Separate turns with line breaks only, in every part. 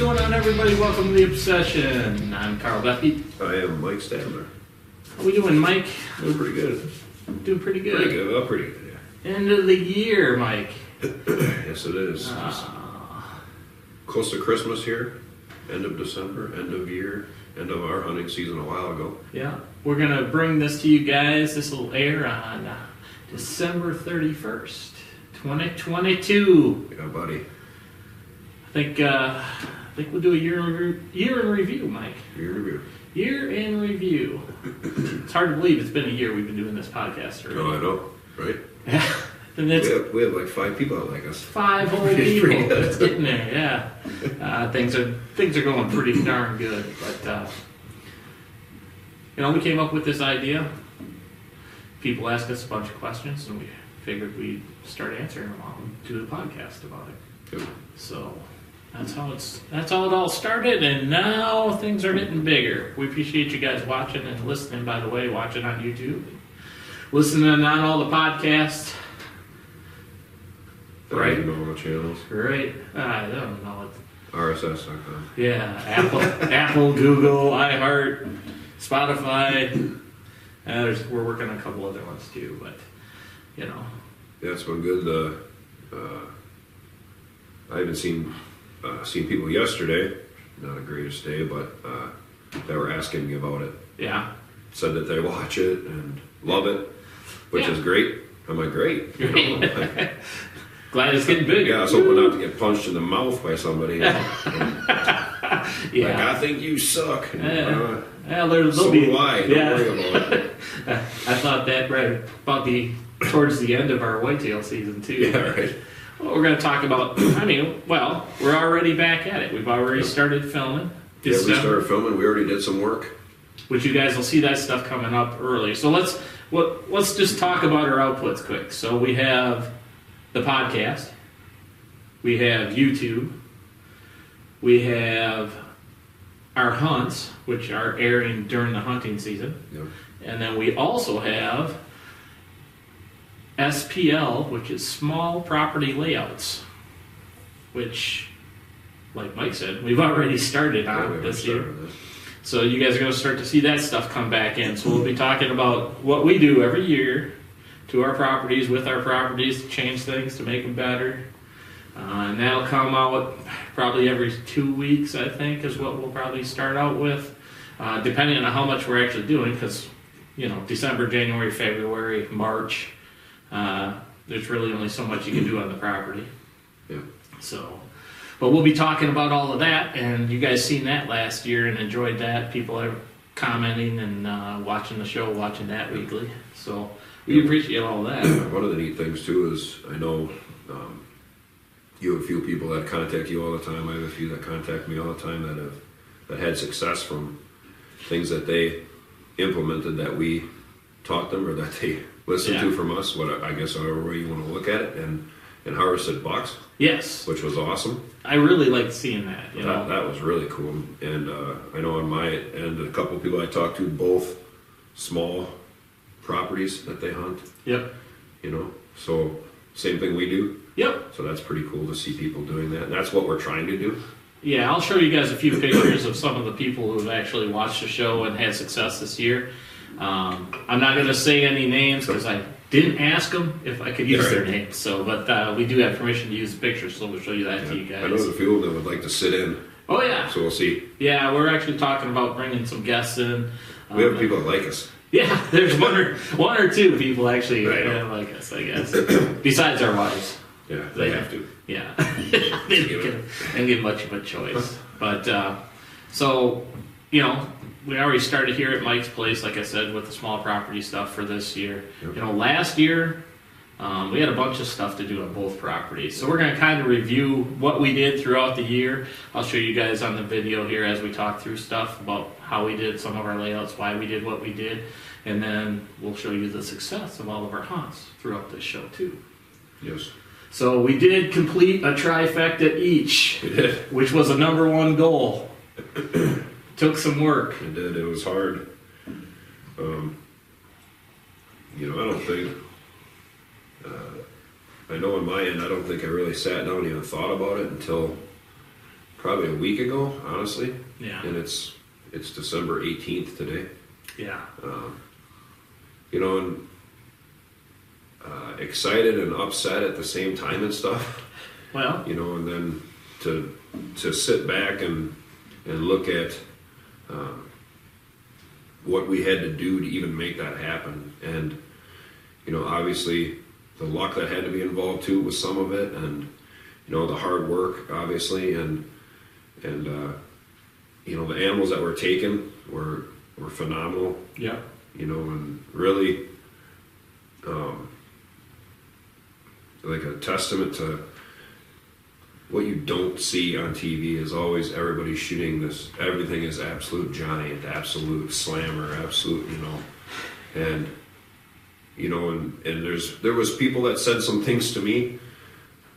everybody. Welcome to The Obsession. I'm Carl Duffy.
I am Mike Stadler.
How we doing, Mike?
Doing pretty good.
Doing pretty good.
Pretty good. Well, pretty good.
End of the year, Mike.
Yeah. Yes, it is.
Ah.
It's close to Christmas here. End of December. End of year. End of our hunting season a while ago.
Yeah. We're going to bring this to you guys. This will air on uh, December 31st, 2022.
Yeah, buddy.
I think, uh, I think we'll do a year in, re- year in review, Mike.
Year to year.
Year in review. it's hard to believe it's been a year we've been doing this podcast already.
No, I know. Right?
and
We
it's
have, we have like five people out like us.
five whole
Pretty
people
good.
just getting there. Yeah, uh, things are things are going pretty darn good. But uh, you know, we came up with this idea. People asked us a bunch of questions, and we figured we'd start answering them all and do a podcast about it.
Yep.
So that's how it's that's how it all started, and now things are getting bigger. We appreciate you guys watching and listening. By the way, watching on YouTube, listening on all the podcasts. Right.
And all the channels.
Right? I don't know what
RSS.com.
Yeah, Apple, Apple, Google, iHeart, Spotify. Uh, there's, we're working on a couple other ones too, but you know,
Yeah, it's been good. Uh, uh, I even seen uh, seen people yesterday. Not the greatest day, but uh, they were asking me about it.
yeah,
said that they watch it and love it, which
Yeah.
is great. I'm like, great. You know, like,
glad it's getting bigger.
yeah, I was hoping not to get punched in the mouth by somebody. like,
yeah.
I think you suck. And,
Yeah.
uh,
Yeah, there, will
so
be.
do I. Don't
yeah,
worry about it.
I thought that right about the towards the end of our whitetail season too.
Yeah, right.
Well, we're going to talk about. I mean, well, we're already back at it. We've already started filming.
Yeah, we
December-
started filming. We already did some work.
which you guys will see that stuff coming up early. So let's what let's just talk about our outputs quick. So we have the podcast, we have YouTube, we have our hunts, which are airing during the hunting season,
You know,
and then we also have SPL, which is small property layouts, which, like Mike said, we've already started
yeah,
on
we
Ah, this year.
started this.
So you guys are going to start to see that stuff come back in. So we'll be talking about what we do every year to our properties, with our properties, to change things, to make them better. Uh, and that'll come out probably every two weeks, I think, is what we'll probably start out with, uh, depending on how much we're actually doing. Because you know, December, January, February, March, uh, there's really only so much you can do on the property.
Yeah.
So, but we'll be talking about all of that, and you guys seen that last year and enjoyed that. People are commenting and uh, watching the show, watching that weekly. So we appreciate all that.
One of the neat things too is I know um, you have a few people that contact you all the time. I have a few that contact me all the time that have that had success from things that they implemented that we taught them or that they listened to
Yeah.
from us. What I guess however way you want to look at it, and and harvested bucks,
Yes,
which was awesome.
I really liked seeing that. You
That,
know,
that was really cool. And uh, I know on my end, a couple people I talked to, both small properties that they hunt.
yep,
You know, so same thing we do.
yep,
So that's pretty cool to see people doing that. And that's what we're trying to do.
yeah. I'll show you guys a few pictures of some of the people who've actually watched the show and had success this year. Um, I'm not going to say any names because I didn't ask them if I could use their
Right.
names. So, but uh, we do have permission to use the pictures, so we'll show you that to you
I know there's
guys.
a few of them that would like to sit in,
Oh yeah.
so we'll see.
Yeah, we're actually talking about bringing some guests in. Um,
We have people that like us.
Yeah, there's one or one or two people actually
Right.
uh, like us, I guess. Besides our wives,
Yeah, they have to.
yeah, they didn't get, didn't get much of a choice. But uh, so you know, we already started here at Mike's place, like I said, with the small property stuff for this year.
Yep.
You know, last year. Um, we had a bunch of stuff to do on both properties, so we're going to kind of review what we did throughout the year. I'll show you guys on the video here as we talk through stuff about how we did some of our layouts, why we did what we did, and then we'll show you the success of all of our hunts throughout this show too.
Yes,
So we did complete a trifecta each,
we did.
which was a number one goal. Took some work.
We did. It was hard. Um, you know, I don't think. Uh, I know on my end, I don't think I really sat down and even thought about it until probably a week ago, honestly,
Yeah.
and it's it's December 18th today.
Yeah.
Um, you know, and uh, excited and upset at the same time and stuff.
Well,
you know, and then to to sit back and and look at um, what we had to do to even make that happen, and you know, obviously the luck that had to be involved too with some of it, and you know, the hard work, obviously, and and uh, you know, the animals that were taken were were phenomenal
yeah.
you know, and really, um, like a testament to what you don't see on TV is always everybody shooting this. Everything is absolute Johnny, and absolute slammer, absolute, you know, and you know, and and there's there was people that said some things to me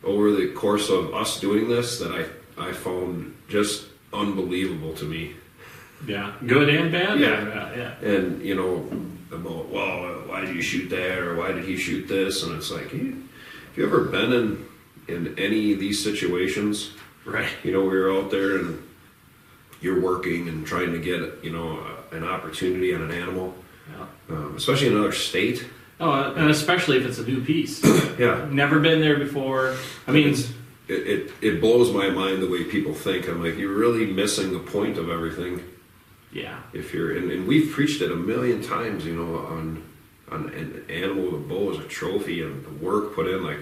over the course of us doing this that I I found just unbelievable to me
Yeah. Good and bad?
Yeah.
Yeah.
and you know about well why did you shoot that or why did he shoot this and it's like you, have you ever been in in any of these situations
Right.
you know where you're out there and you're working and trying to get you know a- an opportunity on an animal
Yeah.
um, especially in another state
Oh, and especially if it's a new piece.
yeah
Never been there before. I mean,
It's- it, it, it blows my mind the way people think i'm like you're really missing the point of everything
yeah.
if you're and, and we've preached it a million times you know on on an animal the bow as a trophy and the work put in like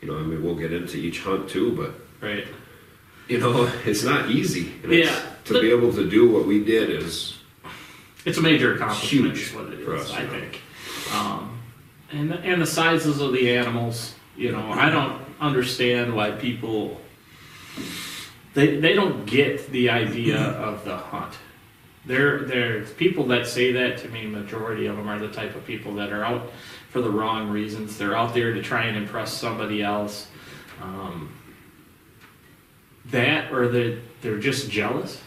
you know i mean we'll get into each hunt too but
Right.
you know it's not easy and it's-
Yeah.
to be able to do what we did is
It's a major accomplishment.
Huge
is what it is,
for us,
I
you know.
think. Um, and and the sizes of the animals. You know, I don't understand why people they they don't get the idea
Mm-hmm.
of the hunt. There there's people that say that to me. Majority of them are the type of people that are out for the wrong reasons. They're out there to try and impress somebody else. Um, that or that they're just jealous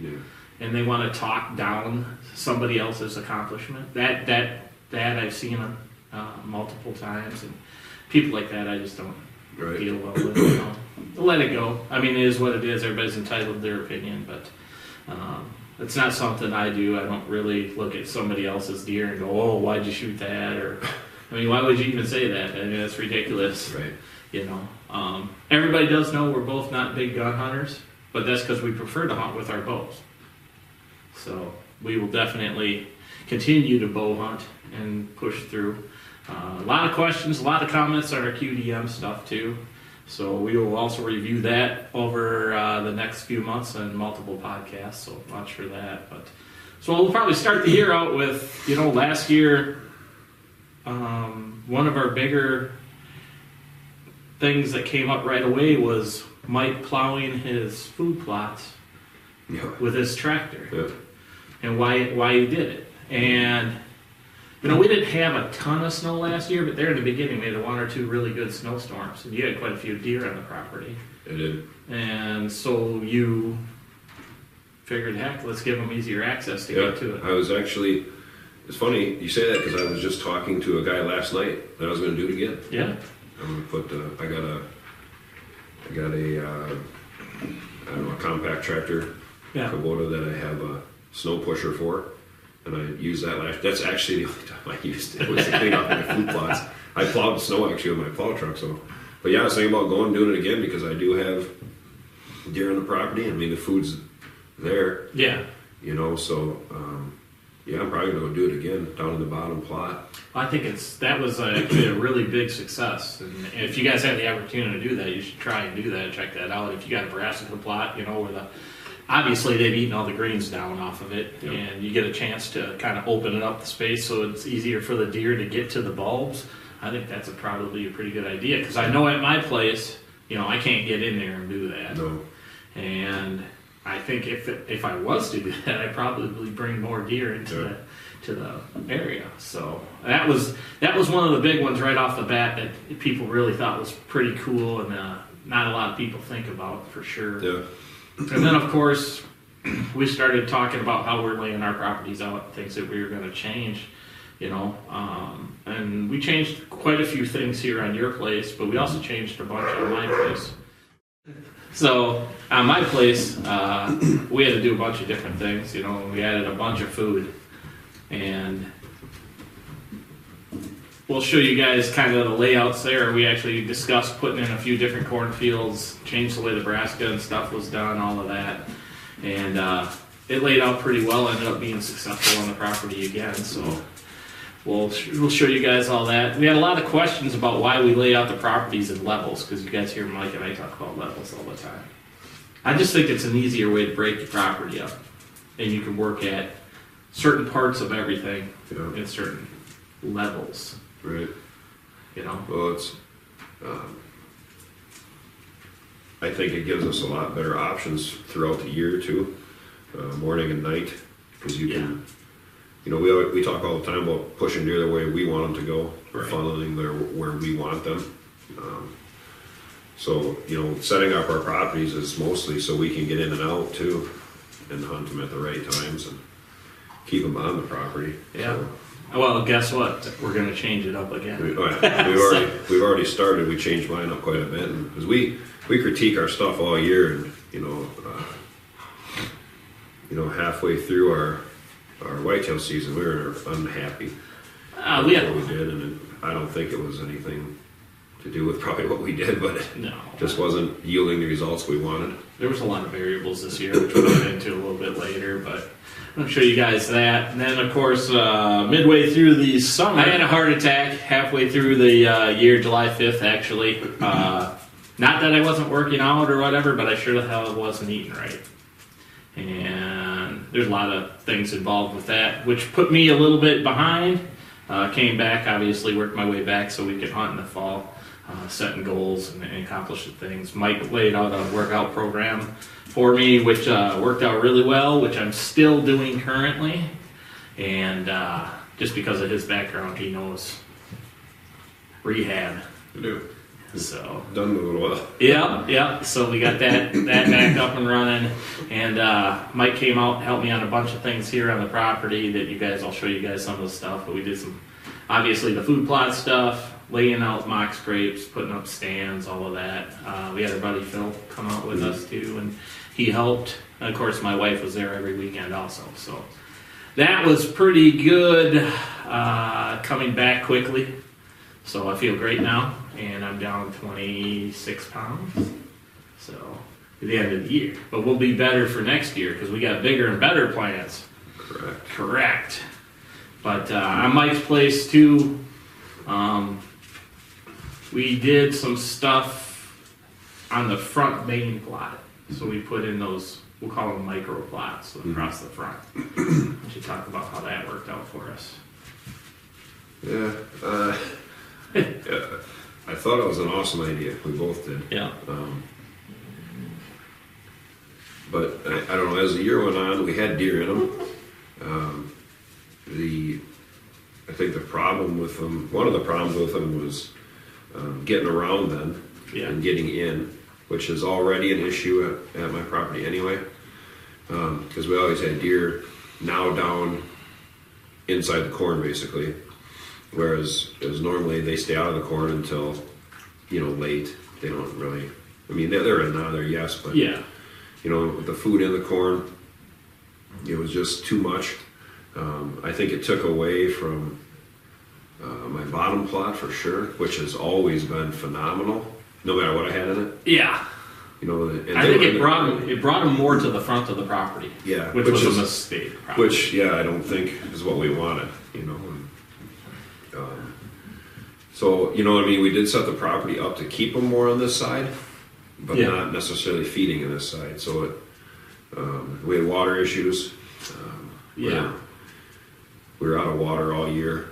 yeah
and they want to talk down somebody else's accomplishment. That that that I've seen uh, multiple times, and people like that I just don't
right
deal well with. You know. Let it go. I mean, it is what it is. Everybody's entitled to their opinion, but um, it's not something I do. I don't really look at somebody else's deer and go, "Oh, why'd you shoot that?" Or, I mean, why would you even say that? I mean, that's ridiculous
right
you know um, everybody does know we're both not big gun hunters but that's because we prefer to hunt with our bows so we will definitely continue to bow hunt and push through uh, a lot of questions a lot of comments on our qdm stuff too so we will also review that over uh, the next few months and multiple podcasts so watch for that but so we'll probably start the year out with you know last year um, one of our bigger things that came up right away was Mike plowing his food plots
yeah
with his tractor
yeah
and why why he did it. And you know, we didn't have a ton of snow last year, but there in the beginning we had one or two really good snowstorms and you had quite a few deer on the property.
it did
And so you figured heck, let's give them easier access to
yeah
get to it.
i was actually it's funny you say that because i was just talking to a guy last night that i was going to do it again
Yeah.
I'm gonna put. Uh, I got a. I got a. Uh, I don't know, a compact tractor
Yeah.
Kubota that I have a snow pusher for, and I used that last. That's actually the only time I used it was to clean off my food plots. I plowed snow actually with my plow truck. So, but yeah, I was thinking about going and doing it again because I do have deer on the property. I mean, the food's there,
Yeah.
you know. So. Um, yeah, I'm probably gonna go do it again down in the bottom plot.
I think it's that was a, actually a really big success, and if you guys have the opportunity to do that, you should try and do that and check that out. If you got a brassica plot, you know where the obviously they've eaten all the greens down off of it,
Yep.
and you get a chance to kind of open it up the space so it's easier for the deer to get to the bulbs. I think that's a, probably a pretty good idea because I know at my place, you know, I can't get in there and do that.
No,
And I think if if I was to do that, I'd probably bring more deer into
Sure.
the to the area. So that was that was one of the big ones right off the bat that people really thought was pretty cool and uh, not a lot of people think about for sure.
yeah,
And then of course we started talking about how we're laying our properties out, things that we were going to change. You know, um, and we changed quite a few things here on your place, but we also changed a bunch on my place. So at my place, uh, we had to do a bunch of different things. You know, we added a bunch of food, and we'll show you guys kind of the layouts there. We actually discussed putting in a few different cornfields, changed the way Nebraska and stuff was done, all of that, and uh, it laid out pretty well. Ended up being successful on the property again, so. We'll, sh- we'll show you guys all that. We had a lot of questions about why we lay out the properties in levels because you guys hear Mike and I talk about levels all the time. I just think it's an easier way to break the property up, and you can work at certain parts of everything
Yeah,
in certain levels.
right.
You know,
Well, it's. Um, I think it gives us a lot better options throughout the year too, uh, morning and night, because you can. You know, we al- we talk all the time about pushing deer the way we want them to go, or
Right.
funneling their where we want them. Um, so you know, setting up our properties is mostly so we can get in and out too, and hunt them at the right times and keep them on the property.
Yeah.
So-
well, guess what? We're gonna change it up again.
we, oh yeah, we've already we've already started. We changed mine up quite a bit because we we critique our stuff all year, and you know, uh, you know, halfway through our our whitetail season, we were unhappy
Uh, we
with what
had
we did, and it, I don't think it was anything to do with probably what we did, but it
no.
just wasn't yielding the results we wanted.
There was a lot of variables this year, which we'll get into a little bit later, but I'll show you guys that. And then, of course, uh, midway through the summer, I had a heart attack halfway through the uh, year, July 5th, actually. Uh, not that I wasn't working out or whatever, but I sure the hell wasn't eating right. And there's a lot of things involved with that, which put me a little bit behind. Uh, came back, obviously, worked my way back so we could hunt in the fall, uh, setting goals and, and accomplishing things. Mike laid out a workout program for me, which uh, worked out really well, which I'm still doing currently. And uh, just because of his background, he knows rehab. So
Done with a while.
yeah, yeah. So we got that that back up and running, and uh, Mike came out and helped me on a bunch of things here on the property that you guys. I'll show you guys some of the stuff, but we did some obviously the food plot stuff, laying out mock scrapes, putting up stands, all of that. Uh, we had our buddy Phil come out with us too, and he helped. And of course, my wife was there every weekend also, so that was pretty good. Uh, coming back quickly. So I feel great now, and I'm down 26 pounds. So at the end of the year, but we'll be better for next year because we got bigger and better plans.
Correct.
Correct. But uh, on Mike's place too, um, we did some stuff on the front main plot. So we put in those we'll call them micro plots across the front. we should talk about how that worked out for us.
Yeah. Uh, yeah. I thought it was an awesome idea. We both did.
Yeah.
Um, but I, I don't know. As the year went on, we had deer in them. Um, the I think the problem with them, one of the problems with them was um, getting around them
Yeah.
and getting in, which is already an issue at, at my property anyway, because we always had deer now down inside the corn basically, whereas as normally they stay out of the corn until you know late. They don't really. I mean, they're, they're in now. They're yes, but
Yeah.
you know, with the food in the corn, it was just too much. Um, I think it took away from uh, my bottom plot for sure, which has always been phenomenal, no matter what I had in it.
Yeah.
You know, and
I
they
think
were-
it brought him. It brought him more to the front of the property.
Yeah,
which,
which
was
is-
a mistake. Probably.
which yeah, I don't think is what we wanted. You know, and, um, so you know, what I mean, we did set the property up to keep them more on this side, but
Yeah.
not necessarily feeding in this side. So it, um, we had water issues. Um, we
Yeah.
were- we were out of water all year.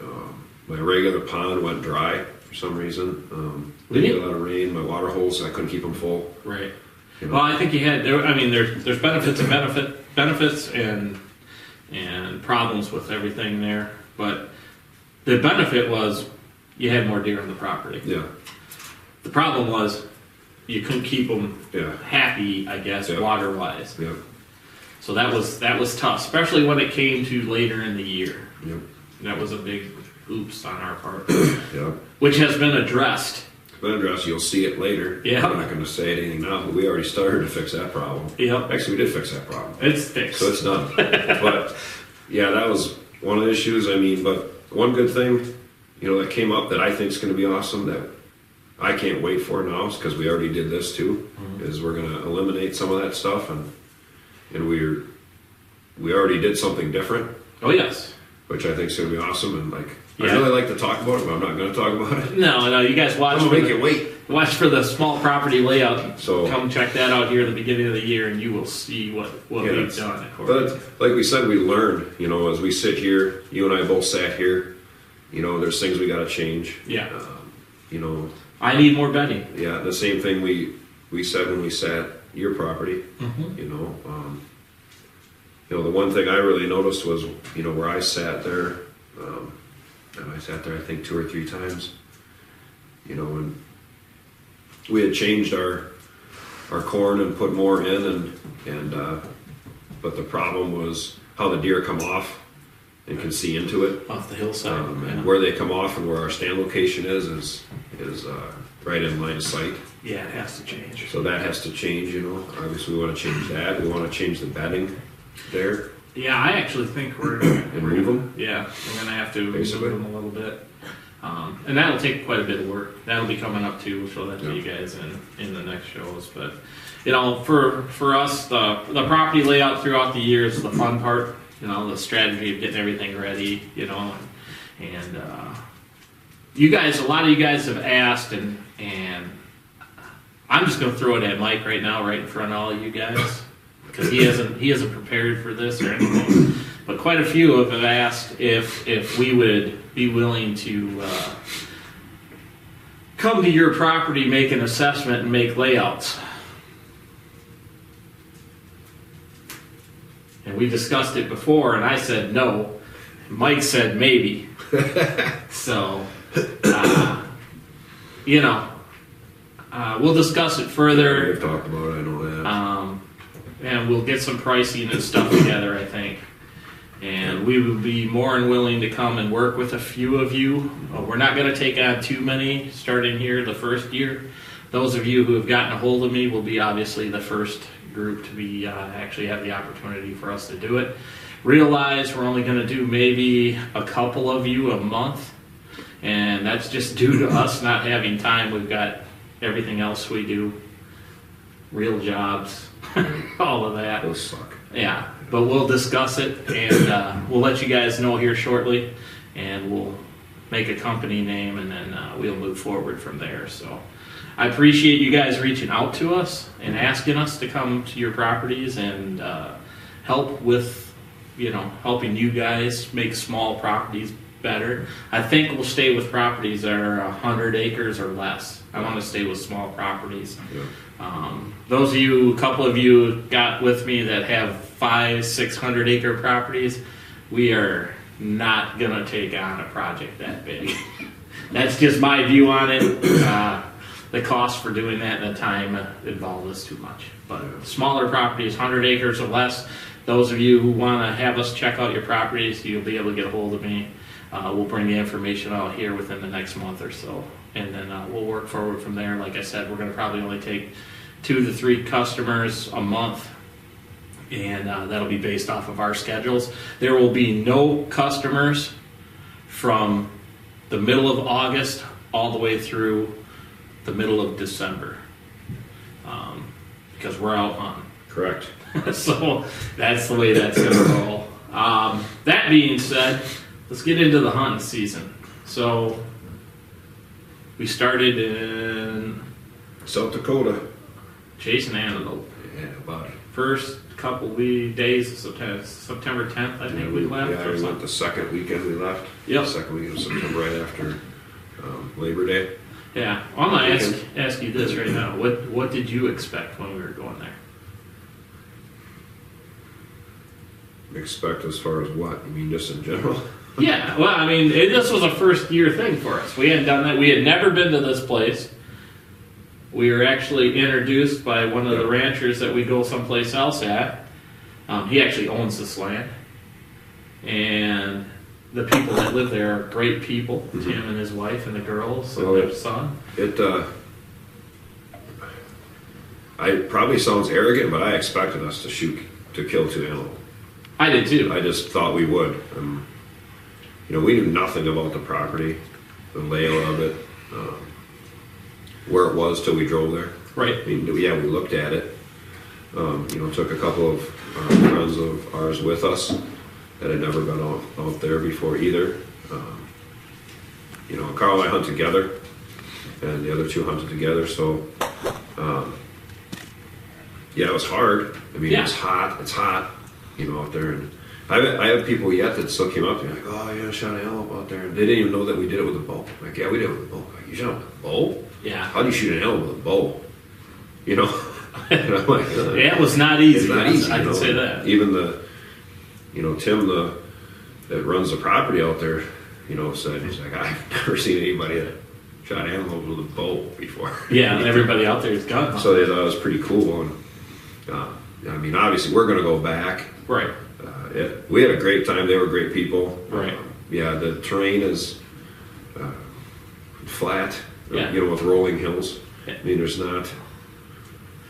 Um, my regular pond went dry for some reason. Um, we
Did
did
it?
a lot of rain. My water holes, I couldn't keep them full.
right.
You know.
Well, I think you had. There, I mean, there's there's benefits and benefit benefits and and problems with everything there, but the benefit was you had more deer on the property.
Yeah,
The problem was you couldn't keep them
yeah,
happy, I guess,
Yeah.
water wise.
yeah,
So that was that was tough, especially when it came to later in the year.
yeah,
That was a big oops on our part.
yeah.
which has been addressed
Vendross, you'll see it later.
Yeah.
I'm not going to say anything now, but we already started to fix that problem.
Yep.
Actually, we did fix that problem.
It's fixed.
So it's done. but yeah, that was one of the issues. I mean, but one good thing, you know, that came up that I think is going to be awesome that I can't wait for now because we already did this too. Is we're going to eliminate some of that stuff and and we're we already did something different,
oh yes.
which I think is going to be awesome. And like,
Yeah.
I really like to talk about it, but I'm not going to talk about it.
No, no. You guys watch
I'm going
for
to make it
the,
wait.
watch for the small property layout.
So-
come check that out here at the beginning of the year, and you will see what what
Yeah,
we've
that's-
done.
But like we said, we learned, you know, as we sit here, you and I both sat here, you know, there's things we got to change.
Yeah.
Um, you know,
I need more bedding.
yeah, the same thing we, we said when we sat your property,
Mhm.
you know, um, you know, the one thing I really noticed was, you know, where I sat there, um, and I sat there, I think two or three times, you know, and we had changed our, our corn and put more in and, and, uh, but the problem was how the deer come off and can see into it.
Off the hillside.
Um,
yeah.
and where they come off and where our stand location is, is, is, uh, right in line of sight.
yeah, it has to change.
So that has to change, you know. Obviously, we want to change that. We want to change the bedding there
Yeah, I actually think we're
and move them.
Yeah, we're gonna have to
Basically.
move them a little bit, um, and that'll take quite a bit of work. That'll be coming up too. We'll show that to you guys in, in the next shows. But you know, for for us, the the property layout throughout the year is the fun part. You know, the strategy of getting everything ready. You know, and, and uh, you guys, a lot of you guys have asked, and and I'm just gonna throw it at Mike right now, right in front of all of you guys, because he hasn't he hasn't prepared for this or anything. But quite a few of have asked if if we would be willing to uh, come to your property, make an assessment, and make layouts. And we discussed it before, and I said no. Mike said maybe. so, uh, you know, uh, we'll discuss it further.
We've talked about it. I know that.
Um, and we'll get some pricing and stuff together, I think. And we would be more than willing to come and work with a few of you. Uh, We're not going to take on too many starting here the first year. Those of you who have gotten a hold of me will be obviously the first group to be uh, actually have the opportunity for us to do it. Realize we're only going to do maybe a couple of you a month, and that's just due to us not having time. We've got everything else we do, real jobs, all of that.
Those suck.
Yeah, but we'll discuss it and uh, we'll let you guys know here shortly and we'll make a company name and then uh, we'll move forward from there. So I appreciate you guys reaching out to us and asking us to come to your properties and uh, help with, you know, helping you guys make small properties better. I think we'll stay with properties that are 100 acres or less. I want to stay with small properties.
Yeah.
Um, those of you, a couple of you got with me that have five, six hundred acre properties, we are not gonna take on a project that big. That's just my view on it. Uh, the cost for doing that and the time involved is too much. But
uh,
smaller properties, hundred acres or less, those of you who wanna have us check out your properties, you'll be able to get a hold of me. Uh, we'll bring the information out here within the next month or so, and then uh, we'll work forward from there. Like I said, we're going to probably only take two to three customers a month, and uh, that'll be based off of our schedules. There will be no customers from the middle of August all the way through the middle of December, um, because we're out on
Correct.
so that's the way that's going to roll. Um, that being said, let's get into the hunting season. So we started in
South Dakota.
chasing antelope.
Yeah, about it.
First couple we days of September, September 10th, I think we left
Yeah,
or
we went
something.
the second weekend we left.
Yep.
Second weekend of September, right after um, Labor Day.
Yeah. I'm going to ask,
Okay.
ask you this right now. What what did you expect when we were going there?
Expect as far as what? You mean just in general?
Yeah, well, I mean, it, this was a first year thing for us. We hadn't done that. We had never been to this place. We were actually introduced by one of the ranchers that we go someplace else at. Um, he actually owns this land, and the people that live there are great people.
Mm-hmm.
Tim and his wife and the girls and
Well,
their
it-
son.
It, uh, I it probably sounds arrogant, but I expected us to shoot to kill two antelope.
I did too.
I just thought we would. Um, you know, we knew nothing about the property, the layout of it, um, where it was till we drove there. I
Right.
mean, yeah, we looked at it. Um, you know, took a couple of uh, friends of ours with us that had never been out, out there before either. Um, you know, Carl and I hunt together, and the other two hunted together. So, um, yeah, it was hard. I mean, it's hot. It's hot. You know, out there, and I have, I have people yet that still came up to me like, "Oh, yeah, I shot an antelope out there," and they didn't even know that we did it with a bow. Like, yeah, we did it with a bow. Like, you shot it with a bow?
Yeah.
how do you shoot an elm with a bow? You know, and I'm like, uh,
It was not easy.
it's not
I-
easy.
I
you
can
know?
say that.
Even the, you know, Tim the that runs the property out there, you know, said he's like, I've never seen anybody that shot antelope with a bow before.
Yeah, and everybody out there is gun.
so they thought it was pretty cool. And uh, I mean, obviously, we're gonna go back.
right.
Uh, it, we had a great time. They were great people.
Right.
Um, yeah, the terrain is uh, flat.
Yeah.
You know, with rolling hills.
Yeah.
I mean, there's not.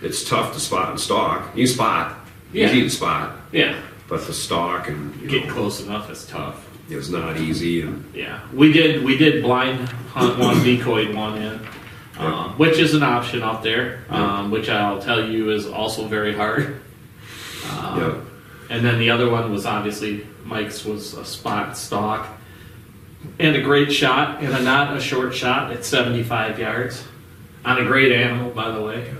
It's tough to spot and stalk. You can spot.
Yeah.
You can spot,
Yeah.
but the stalk and you
Get
know,
close enough is tough.
it's not easy. And
Yeah, we did. We did blind hunt one, decoyed one in, um, which is an option out there, um, which I'll tell you is also very hard. Um,
Yeah.
And then the other one was obviously Mike's was a spot stalk, and a great shot, and a not a short shot at 75 yards, on a great animal, by the way,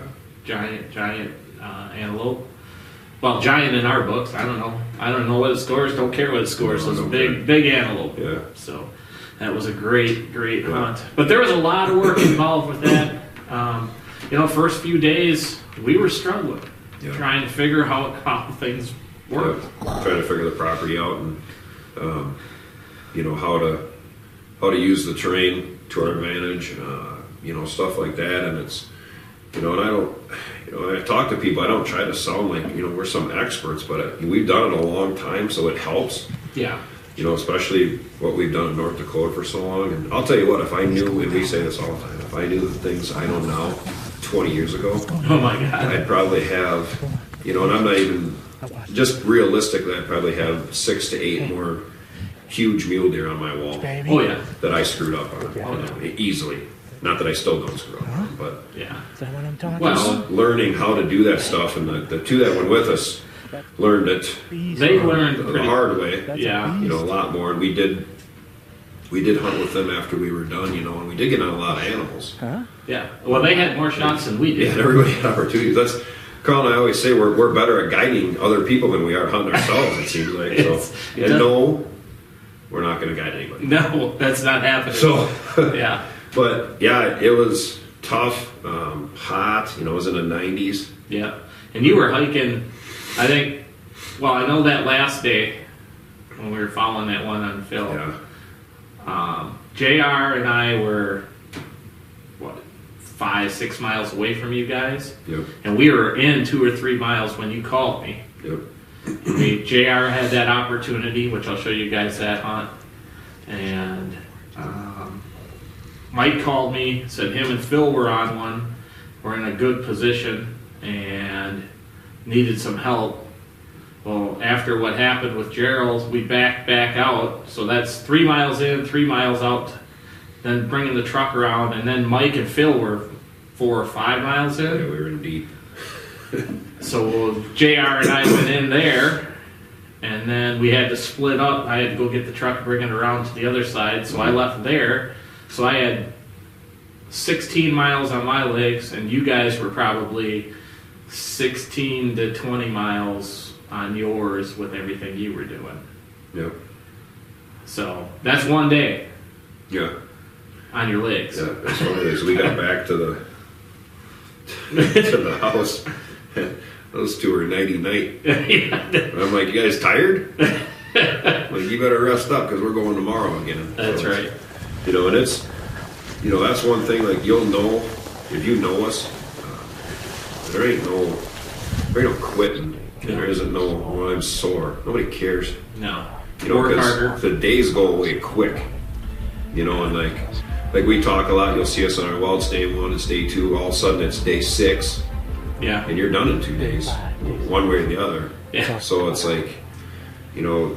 giant, giant uh, antelope. Well, giant in our books. I don't know. I don't know what it scores. Don't care what it scores.
No,
it's a
no
big, big antelope.
yeah,
So that was a great, great
Yeah.
hunt. But there was a lot of work involved with that. Um, you know, first few days we were struggling,
Yeah.
trying to figure how how things work.
yeah, trying to figure the property out and um, you know how to how to use the terrain to our advantage. Uh, you know, stuff like that, and it's you know, and I don't, you know, when I talk to people, I don't try to sound like, you know, we're some experts, but uh we've done it a long time, so it helps,
Yeah,
you know, especially what we've done in North Dakota for so long. And I'll tell you what, if I knew, and we say this all the time, if I knew the things I know now 20 years ago,
Oh my god.
I'd probably have, you know, and I'm not even, just realistically, I'd probably have six to eight more huge mule deer on my wall
Baby.
Oh yeah.
that I screwed up on,
Yeah.
easily. Not that I still don't screw up on, but.
Yeah.
Is that what I'm talking
Well,
about?
Well, learning how to do that stuff, and the, the two that went with us learned it
They learned
the
pretty
Uh, hard way.
Yeah.
You know, a lot more, and we did. We did hunt with them after we were done, you know, and we did get on a lot of animals.
Huh?
Yeah. Well, they had more shots than we
Yeah,
did.
and everybody had opportunities. That's Carl and I always say we're, we're better at guiding other people than we are hunting ourselves. It seems like
It's-
so.
it
And
does-
no, we're not going to guide anybody.
No, that's not happening.
So
yeah.
But yeah, it was tough, um, hot. You know, it was in the nineties.
Yeah. And you were hiking, I think, well, I know that last day when we were following that one on Phil,
Yeah,
um, JR and I were, what, five, six miles away from you guys.
yep,
And we were in two or three miles when you called me.
yep.
We, JR had that opportunity, which I'll show you guys that hunt. And um, Mike called me, said him and Phil were on one, were in a good position, and needed some help. Well, after what happened with Gerald, we backed back out. So that's three miles in, three miles out, then bringing the truck around, and then Mike and Phil were four or five miles in.
Yeah, we were in deep.
So JR and I went in there, and then we had to split up. I had to go get the truck, bring it around to the other side. So I left there. So I had 16 miles on my legs, and you guys were probably 16 to 20 miles on yours with everything you were doing.
Yep.
So that's one day
Yeah.
on your legs.
Yeah, it's one of those. We got back to the to the house. Those two are nighty night. And I'm like, you guys tired? I'm like, you better rest up because we're going tomorrow again.
That's
So it's-
right.
You know, and it's you know that's one thing. Like you'll know if you know us. uh, There ain't no there ain't no quitting. There isn't no. Oh, I'm sore. Nobody cares.
No.
You know,
Work
'cause
harder.
the days go away quick. You know, and like like we talk a lot. You'll see us on our welds day one, it's day two. All of a sudden, it's day six,
Yeah.
and you're done in two days, one way or the other.
Yeah.
So it's like, you know,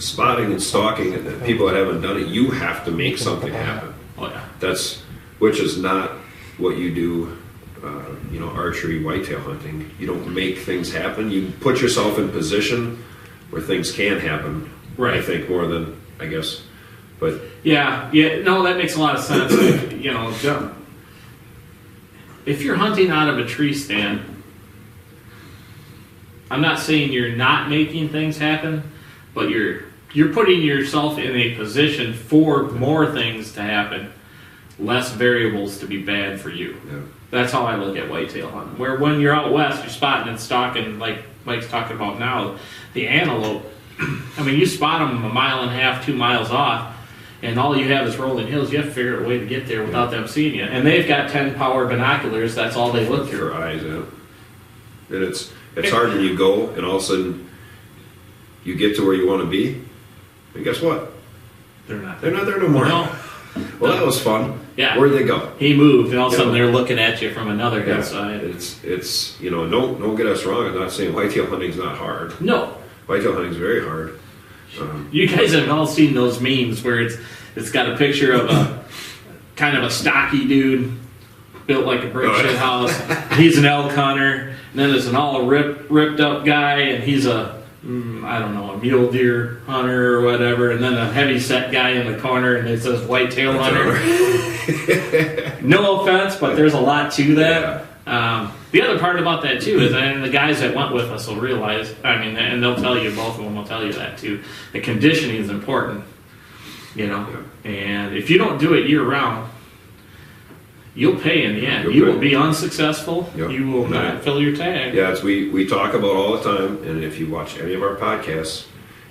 spotting and stalking and the people that haven't done it, you have to make something happen.
Oh, yeah.
That's which is not what you do. Uh, you know, archery, whitetail hunting. You don't make things happen. You put yourself in position where things can happen. I
Right.
think more than I guess, but
Yeah, yeah, no, that makes a lot of sense. Like, you know, ju- if you're hunting out of a tree stand, I'm not saying you're not making things happen, but you're you're putting yourself in a position for more things to happen, less variables to be bad for you.
yeah,
That's how I look at whitetail hunting. Where when you're out west, you're spotting and stalking, like Mike's talking about now, the antelope. I mean, you spot them a mile and a half, two miles off, and all you have is rolling hills. You have to figure out a way to get there without them seeing you. And they've got 10 power binoculars. That's all they look through.
your eyes out. And it's it's hard when you go and all of a sudden you get to where you want to be, and guess what?
They're not there.
They're not there no more.
No.
Well, that was fun.
Yeah.
Where'd they go?
He moved, and all of a sudden
Yeah.
they're looking at you from another hillside.
It's it's you know don't don't get us wrong. I'm not saying whitetail hunting's not hard.
No,
Whitetail hunting's very hard.
You guys have all seen those memes where it's it's got a picture of a kind of a stocky dude built like a brick
Oh, yeah.
shit house. He's an elk hunter, and then there's an all rip, ripped up guy, and he's a mm, I don't know a mule deer hunter or whatever, and then a heavy set guy in the corner, and it says whitetail hunter. No offense, but there's a lot to that. Um, the other part about that too is, and the guys that went with us will realize. I mean, and they'll tell you, both of them will tell you that too. The conditioning is important, you know. And if you don't do it year round, you'll pay in the end.
You'll
you
pay.
will be unsuccessful.
Yep.
You will
Yeah.
not fill your tag.
Yeah, it's we we talk about all the time, and if you watch any of our podcasts,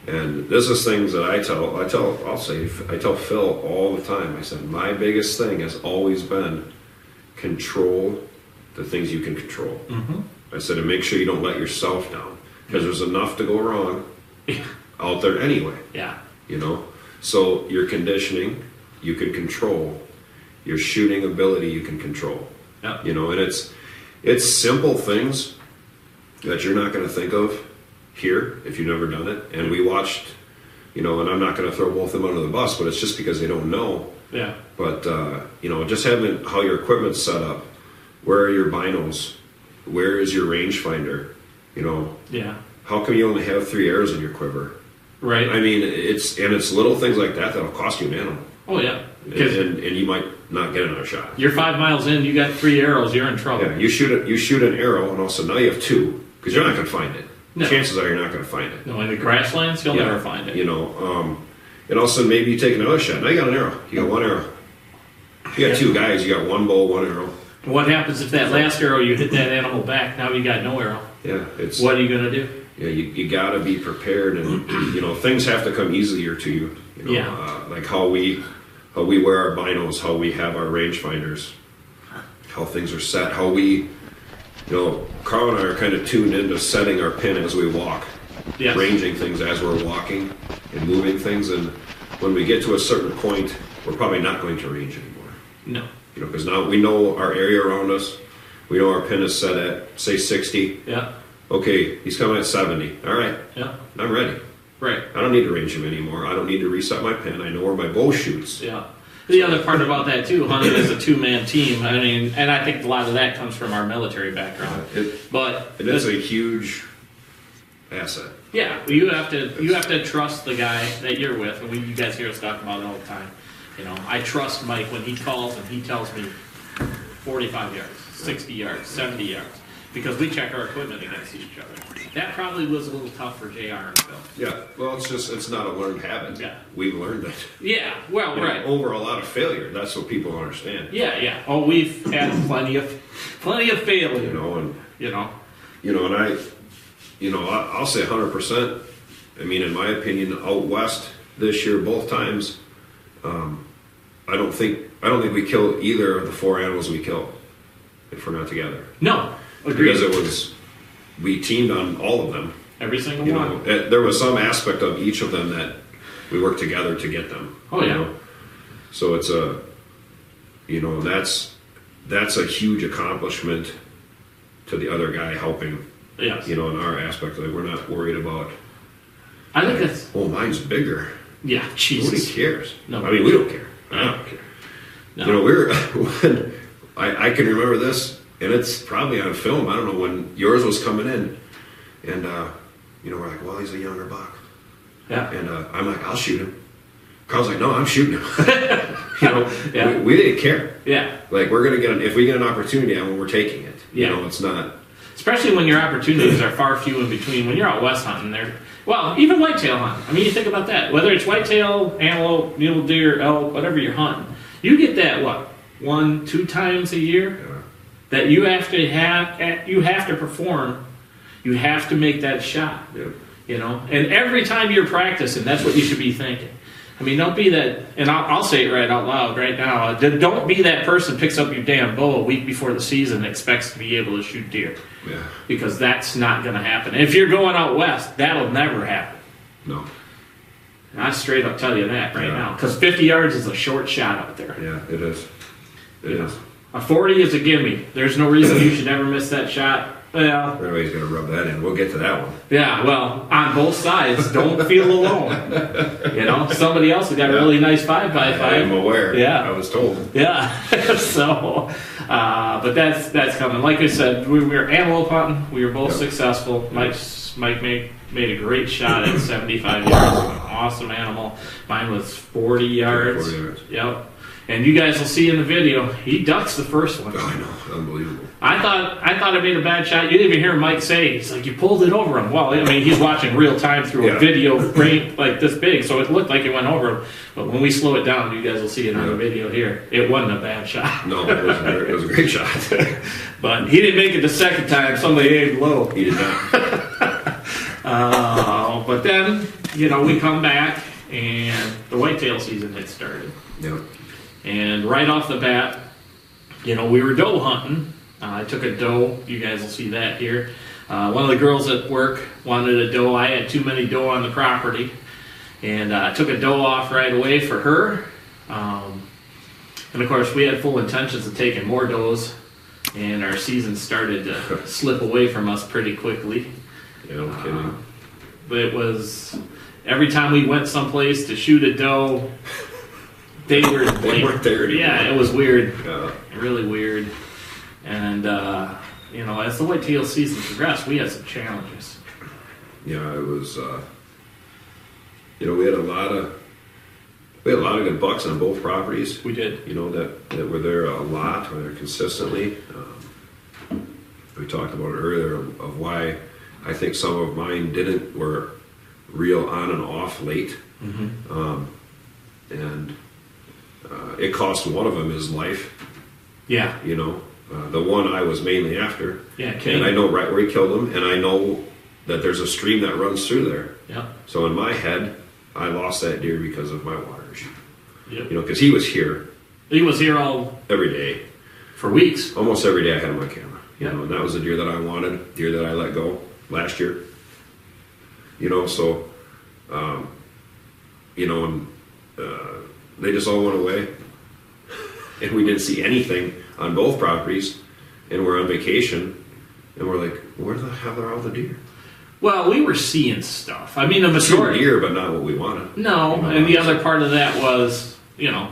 and this is things that I tell I tell I'll say I tell Phil all the time. I said my biggest thing has always been control the things you can control. Mm-hmm. I said and make sure you don't let yourself down because there's enough to go wrong out there anyway.
Yeah.
you know so your conditioning you can control your shooting ability you can control
Yep.
you know and it's it's simple things that you're not going to think of here if you've never done it and we watched you know and i'm not going to throw both of them under the bus but it's just because they don't know
Yeah.
but uh, you know, just having how your equipment's set up, where are your binos, where is your rangefinder, you know,
Yeah.
how come you only have three arrows in your quiver?
Right.
I mean, it's and it's little things like that that'll cost you an animal,
oh yeah.
and,
Because
and, and you might not get another shot.
you're five miles in, you got three arrows, you're in trouble.
Yeah, you shoot it, you shoot an arrow, and also now you have two because you're not going to find it.
No.
Chances are you're not going to find it.
No, in the grasslands, you'll never find it.
You know, um, and also maybe you take another shot. Now you got an arrow. You got one arrow. You got two guys. You got one bow, one arrow.
What happens if that last arrow you hit that animal back? Now you got no arrow.
Yeah, it's
What are you gonna do?
Yeah, you, you got to be prepared, and you know things have to come easier to you. you know,
Yeah.
uh, like how we how we wear our binos, how we have our rangefinders, how things are set, how we, you know, Carl and I are kind of tuned into setting our pin as we walk,
Yes.
ranging things as we're walking and moving things, and when we get to a certain point, we're probably not going to range anymore.
No.
You know, because now we know our area around us, we know our pin is set at say sixty.
Yeah.
Okay, he's coming at seventy. All right.
Yeah.
I'm ready.
Right.
I don't need to range him anymore. I don't need to reset my pin. I know where my bow shoots.
Yeah. The other part about that too, hunting is a two-man team. I mean, and I think a lot of that comes from our military background.
It,
But
it is a huge asset.
yeah, you have to you have to trust the guy that you're with, and we you guys hear us talk about it all the time. You know, I trust Mike when he calls and he tells me 45 yards, 60 yards, 70 yards, because we check our equipment against each other. That probably was a little tough for Jr. and Phil.
Yeah. Well, it's just it's not a learned habit.
Yeah.
We've learned that
Yeah, well, right.
over a lot of failure. That's what people don't understand.
Yeah, yeah. Oh, we've had plenty of plenty of
You
failure.
know, and
You know.
you know, and I, you know, I, I'll say 100. percent I mean, in my opinion, out west this year, both times, um, I don't think I don't think we killed either of the four animals we killed if we're not together.
No, agreed.
uh, because it was we teamed on all of them
Every single
you
one.
know eh, there was some aspect of each of them that we worked together to get them
Oh,
you
yeah.
know? so it's a you know that's that's a huge accomplishment to the other guy helping
Yes.
you know in our aspect like we're not worried about
I think that's
oh mine's bigger
yeah.
nobody
Jesus.
cares
No.
i mean we don't care i don't care
No.
you know we were when I, I can remember this and it's probably on film i don't know when yours was coming in and uh, you know we're like well he's a younger buck
yeah.
and uh, I'm like, I'll shoot him. Carl's like, no, I'm shooting him. you know,
Yeah.
we, we didn't care.
Yeah.
Like we're gonna get an, if we get an opportunity, I mean, we're taking it.
Yeah.
You know, it's not.
Especially when your opportunities are far few in between. When you're out west hunting, there. Well, even whitetail hunting. I mean, you think about that. Whether it's whitetail, antelope, mule deer, elk, whatever you're hunting, you get that what one, two times a year.
Uh,
that you have to have you have to perform you have to make that shot
yeah.
you know and every time you're practicing that's what you should be thinking i mean don't be that and i'll, I'll say it right out loud right now uh, don't be that person picks up your damn bow a week before the season and expects to be able to shoot deer
Yeah.
because that's not going to happen if you're going out west that'll never happen
No.
and i straight up tell you that right
Yeah.
now because 50 yards is a short shot out there
Yeah. It is. It is.
Yeah. a 40 is a gimme there's no reason you should ever miss that shot well
Everybody's gonna rub that in. We'll get to that one.
Yeah, well, on both sides, don't feel alone. You know, somebody else has got a really nice five by
I am
five.
aware.
Yeah.
I was told.
Yeah, so, uh, but that's that's coming. Like I said, we, we were antelope hunting. We were both
Yeah.
successful. Mike's, Mike made made a great shot at 75 yards. An awesome animal. Mine was 40 yards.
40 yards.
Yep. And you guys will see in the video, he ducks the first one.
Oh, I know. Unbelievable.
I thought I thought I made a bad shot. You didn't even hear Mike say. He's like, you pulled it over him. Well, I mean, he's watching real time through
Yeah.
a video frame like this big, so it looked like it went over him. But when we slow it down, you guys will see it on the
Yeah.
video here. It wasn't a bad shot,
No, it was, a great- it was a great shot.
but he didn't make it the second time. Somebody aimed low.
he did not.
Uh, but then you know we come back and the whitetail season had started.
Yeah.
And right off the bat, you know, we were doe hunting. Uh, I took a doe. You guys will see that here. Uh, one of the girls at work wanted a doe. I had too many doe on the property. And uh, I took a doe off right away for her. Um, and of course, we had full intentions of taking more does. And our season started to slip away from us pretty quickly.
Yeah. No kidding.
But it was every time we went someplace to shoot a doe, they were like,
They weren't there anymore.
yeah, it was weird,
Yeah.
really weird. And uh, you know, as the whitetail season progressed, we had some challenges.
Yeah, it was. Uh, you know, we had a lot of we had a lot of good bucks on both properties.
We did.
You know that that were there a lot, were there consistently. Um, we talked about it earlier of, of why I think some of mine didn't were real on and off late, um, and uh, it cost one of them his life.
Yeah,
You know, uh, the one I was mainly after.
yeah,
And I
Kenny.
know right where he killed him, and I know that there's a stream that runs through there.
Yep,
So in my head, I lost that deer because of my water issue.
yep.
You know, because he was here
He was here all
every day,
for weeks.
almost every day. I had him on camera. You
Yeah.
know, and that was a deer that I wanted, deer that I let go last year. You know, so, um, you know, and uh, they just all went away, and we didn't see anything on both properties, and we're on vacation, and we're like, where the hell are all the deer?
Well, we were seeing stuff. I mean, the
Sure,
majority.
deer, but not what we wanted.
No,
You know,
and the other part of that was, you know,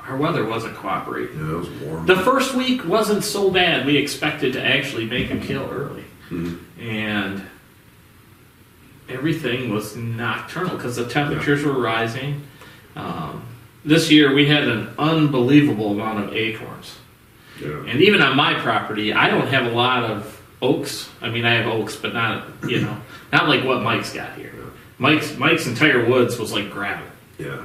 our weather wasn't cooperating.
You know, it was warm.
The first week wasn't so bad. We expected to actually make a kill early.
Mhm.
And everything was nocturnal because the temperatures were rising. Um, this year we had an unbelievable amount of acorns.
yeah.
And even on my property, I don't have a lot of oaks. I mean, I have oaks, but not, you know, not like what Mike's got here. Mike's, Mike's entire woods was like gravel.
Yeah,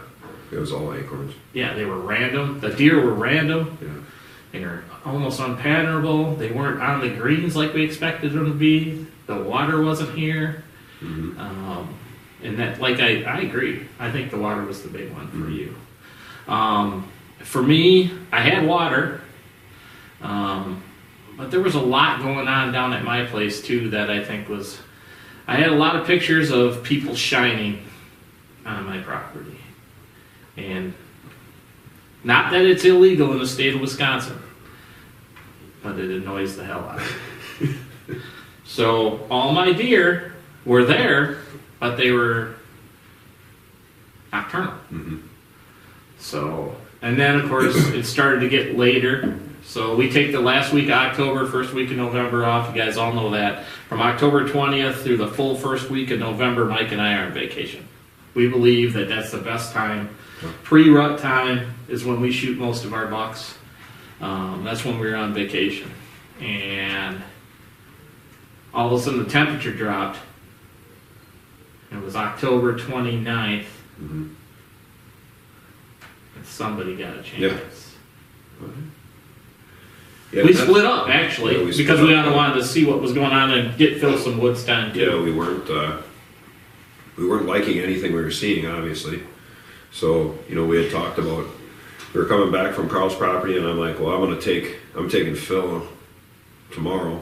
it was all acorns.
Yeah, they were random. The deer were random.
Yeah,
They were almost unpatternable. They weren't on the greens like we expected them to be. The water wasn't here.
Mhm.
Um, and that, like, I, I agree. I think the water was the big one for you. Um, for me, I had water, um, but there was a lot going on down at my place, too, that I think was I had a lot of pictures of people shining on my property. And not that it's illegal in the state of Wisconsin, but it annoys the hell out of me. so all my deer were there, but they were nocturnal.
Mhm.
So, and then of course it started to get later. So we take the last week of October, first week of November off. You guys all know that. From October 20th through the full first week of November, Mike and I are on vacation. We believe that that's the best time. Pre-rut time is when we shoot most of our bucks. Um, that's when we were on vacation, and all of a sudden the temperature dropped. It was October 29th,
Mhm.
and somebody got a chance.
Yeah. Yeah,
we
that's-
split up actually
Yeah, we split
because we
up.
kinda wanted to see what was going on and get Phil some woods done
you know,
too.
we weren't uh, we weren't liking anything we were seeing, obviously. So you know, we had talked about we were coming back from Carl's property, and I'm like, well, I'm gonna take I'm taking Phil tomorrow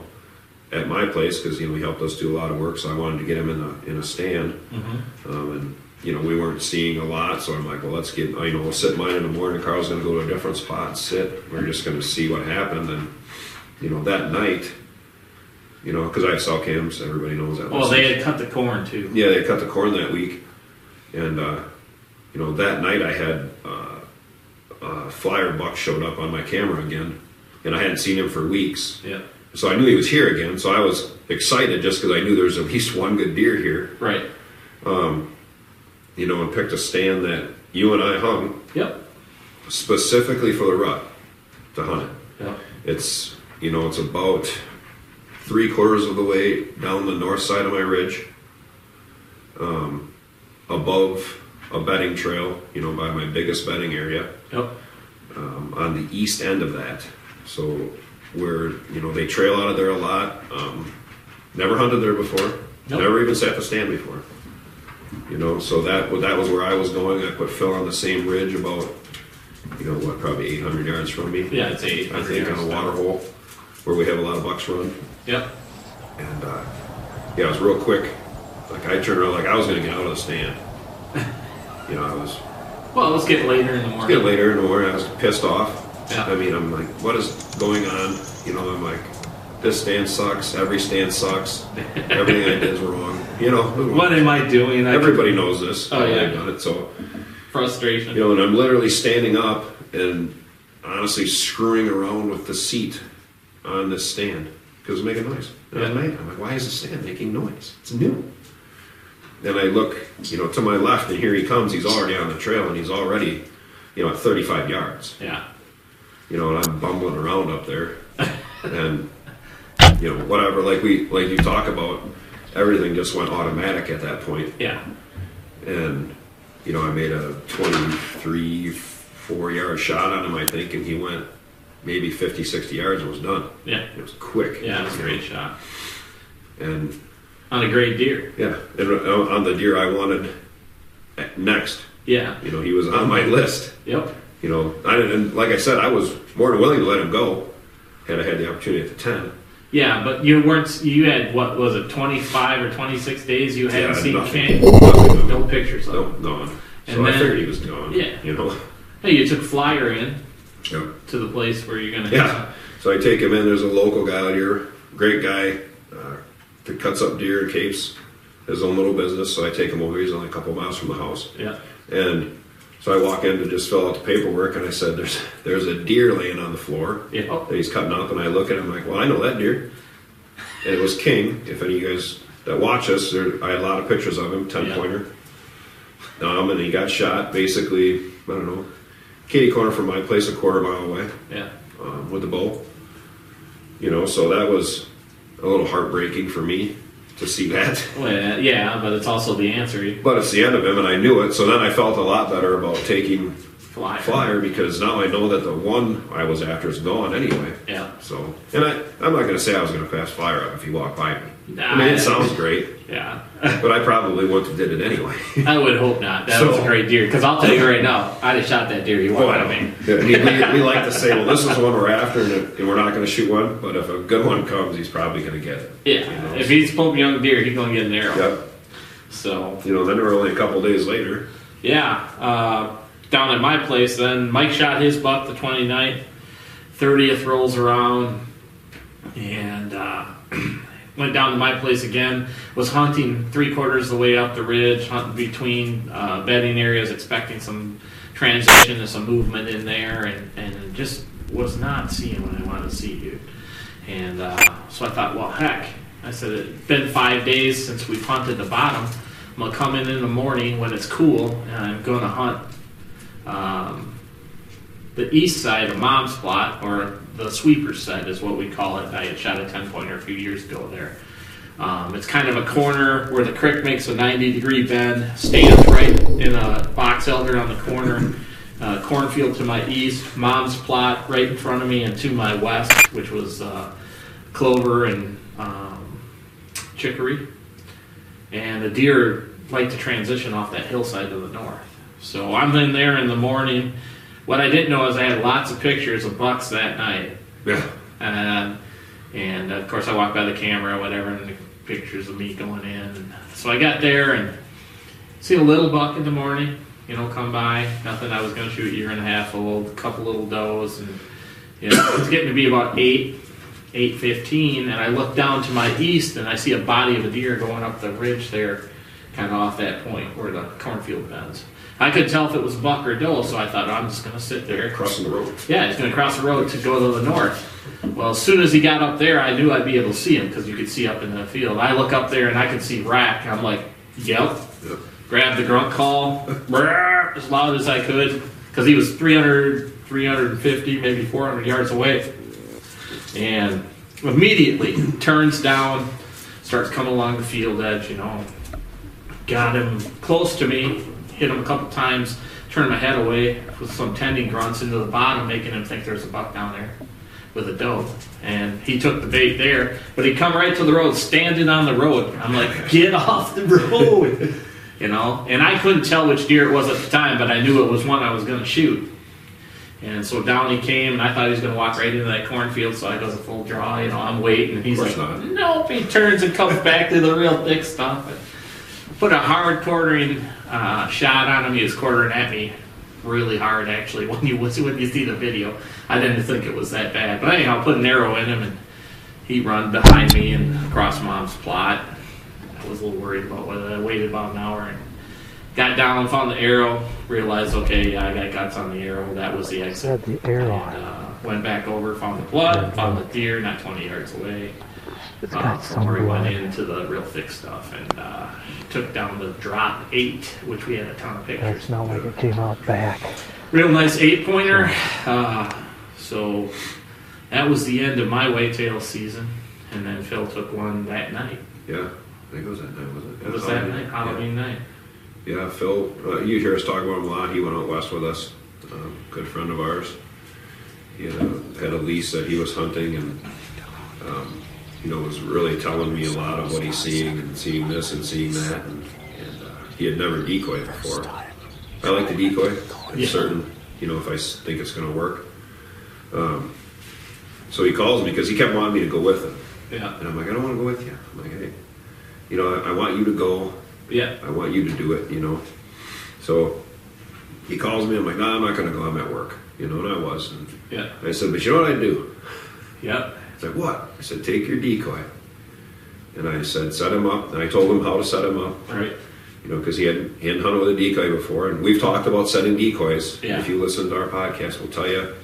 at my place because you know he helped us do a lot of work, so I wanted to get him in a in a stand,
Mm-hmm.
um, and you know we weren't seeing a lot, so I'm like, well, let's get you know we'll sit mine in the morning. Carl's gonna go to a different spot and sit. We're just gonna see what happened, and you know that night. You know, because I have cell cams, everybody knows that.
Well, they had cut the corn too.
Yeah, they cut the corn that week, and uh, you know that night I had uh, uh, flyer buck showed up on my camera again, and I hadn't seen him for weeks,
Yeah,
so I knew he was here again. So I was excited just because I knew there was at least one good deer here,
right.
you know, and picked a stand that you and I hung
Yep.
specifically for the rut to hunt it.
Yep.
It's you know it's about three quarters of the way down the north side of my ridge, um, above a bedding trail, you know, by my biggest bedding area,
Yep.
um, on the east end of that. So where you know they trail out of there a lot. Um, never hunted there before.
Nope.
Never even sat the stand before. You know, so that that was where I was going. I put Phil on the same ridge about you know what, probably 800 yards from me.
Yeah, it's eight
I
hundred
think, on a water hole where we have a lot of bucks run.
Yep.
And uh, yeah, it was real quick. Like I turned around, like I was gonna get out of the stand. You know, I was
Well, let's get later in the
get
morning.
later and more. I was pissed off.
Yeah.
I mean, I'm like, what is going on? You know, I'm like, this stand sucks. Every stand sucks. Everything I did is wrong. You know,
What am I doing? I
everybody knows this.
Oh, yeah.
I've done it so.
frustration.
You know, and I'm literally standing up and honestly screwing around with the seat on this stand because it's making noise. And I'm,
Yeah.
like, I'm like, why is the stand making noise? It's new. Then I look, you know, to my left, and here he comes. He's already on the trail, and he's already, you know, at 35 yards.
Yeah.
You know, and I'm bumbling around up there, and you know, whatever. Like we, like you talk about, everything just went automatic at that point
Yeah.
and you know I made a 23 four yard shot on him I think and he went maybe 50 60 yards and was done
Yeah.
it was quick
Yeah. It was a great shot
and
on a great deer.
yeah and uh, on the deer I wanted at- next
Yeah.
you know he was on my list
Yep.
you know I didn't, and like I said I was more than willing to let him go had I had the opportunity at the 10
Yeah, but you weren't. You had what was it, twenty five or twenty six days? You hadn't
Yeah,
seen
nothing.
Ken.
Nothing.
No pictures of.
no
him.
no so
And
I
then-
figured he was gone
Yeah.
you know
Hey, you took flyer in
yep
to the place where you're gonna.
Yeah. So I take him in. There's a local guy out here, great guy, uh, that cuts up deer and capes, his own little business. So I take him over. He's only a couple miles from the house.
Yeah.
And so I walk in to just fill out the paperwork, and I said, "There's there's a deer laying on the floor
Yeah. Oh,
that he's cutting up." And I look at him like, "Well, I know that deer." And it was King. If any of you guys that watch us, there, I had a lot of pictures of him, ten
Yeah.
pointer. Um, and he got shot basically. I don't know, kitty corner from my place, a quarter mile away
yeah.
um, with the bow. You know, so that was a little heartbreaking for me to see that.
Well, yeah, but it's also the answer.
But it's the end of him, and I knew it. So then I felt a lot better about taking
Flyer.
flyer because now I know that the one I was after is gone anyway.
Yeah.
So, and I, I'm not going to say I was going to pass fire up if you walk by me. I mean,
Nah.
it sounds great,
Yeah.
but I probably wouldn't have did it anyway.
I would hope not. That was a
So-
great deer. Because I'll tell you right now, I'd have shot that deer you
Well,
wanted
I
of me.
mean, we, we- we like to say, well, this is the one we're after, and, if- and we're not going to shoot one. But if a good one comes, he's probably going to get it.
Yeah. If he's poking young deer, he's going to get an arrow.
Yep.
So,
You know, then we're only a couple days later.
yeah. Uh, down at my place, then Mike shot his buck the 29th. 30th rolls around and uh, went down to my place again. Was hunting three quarters of the way up the ridge, hunting between uh, bedding areas, expecting some transition and some movement in there, and, and just was not seeing what I wanted to see, dude. And uh, so I thought, well, heck. I said, it's been five days since we've hunted the bottom. I'm going to come in in the morning when it's cool, and I'm going to hunt. Um, the east side of mom's plot or the sweeper set is what we call it i had shot a 10 pointer a few years ago there um, it's kind of a corner where the creek makes a 90 degree bend stands right in a box elder on the corner uh, cornfield to my east mom's plot right in front of me and to my west which was uh, clover and um, chicory and the deer like to transition off that hillside to the north. So I'm in there in the morning. What I didn't know is I had lots of pictures of bucks that night.
Yeah.
Um, and of course, I walked by the camera, whatever, and the pictures of me going in. So I got there and see a little buck in the morning, you know, come by. Nothing I was going to shoot a year and a half old, couple little does, and you know, it's getting to be about eight, eight fifteen, and I look down to my east and I see a body of a deer going up the ridge there, kind of off that point where the cornfield bends. I could tell if it was buck or doe, so I thought I'm just going to sit there.
Crossing the road.
Yeah, he's going to cross the road to go to the north. Well, as soon as he got up there, I knew I'd be able to see him because you could see up in the field. I look up there and I can see Rack. I'm like, yep.
Yep.
Grab the grunt call brrr, as loud as I could because he was 300, 350, maybe 400 yards away. And immediately turns down, starts coming along the field edge, you know, got him close to me, hit him a couple times, turned my head away with some tending grunts into the bottom, making him think there's a buck down there with a doe. And he took the bait there, but he come right to the road, standing on the road. I'm like, get off the road, you know. And I couldn't tell which deer it was at the time, but I knew it was one I was going to shoot. And so down he came, and I thought he was going to walk right into that cornfield, so I does a full draw. You know, I'm waiting, and he's
Of course
like,
not.
nope. He turns and comes back to the real thick stuff. And put a hard quartering uh, shot on him. He was quartering at me really hard, actually. When you when you see the video, I didn't think it was that bad. But anyhow, put an arrow in him, and he run behind me and across mom's plot. I was a little worried about whether I waited about an hour and got down, found the arrow, realized okay, yeah, I got guts on the arrow. That was the exit.
Had the arrow on
And,
it.
uh, went back over, found the blood, found the deer, not 20 yards away.
It's
Uh,
got some
where we went
blood.
into the real thick stuff and uh, took down the drop eight, which we had a ton of pictures.
It's not like it came out back.
Real nice eight pointer. Uh, so that was the end of my whitetail season. And then Phil took one that night.
Yeah. I think it was that night, was it?
It was that night, Halloween night.
Yeah, yeah Phil, uh, you hear us talk about him a lot. He went out west with us, um, good friend of ours. He had a, had a lease that he was hunting and, um, you know, was really telling me a lot of what he's seeing and seeing this and seeing that. And, and uh, he had never decoyed before. I like to decoy. It's
Yeah.
certain, you know, if I s- think it's going to work. Um, so he calls me because he kept wanting me to go with him.
Yeah.
And I'm like, I don't want to go with you. I'm like, hey, you know, I, I want you to go.
Yeah.
I want you to do it, you know. So he calls me. I'm like, no, I'm not going to go. I'm at work, you know, and I was. And
Yeah.
I said, but you know what I do?
Yep.
He's like, what? I said, take your decoy. And I said, set him up. And I told him how to set him up,
Right.
you know, because he hadn't, he hadn't hunted with a decoy before. And we've talked about setting decoys.
Yeah.
If you listen to our podcast, we'll tell you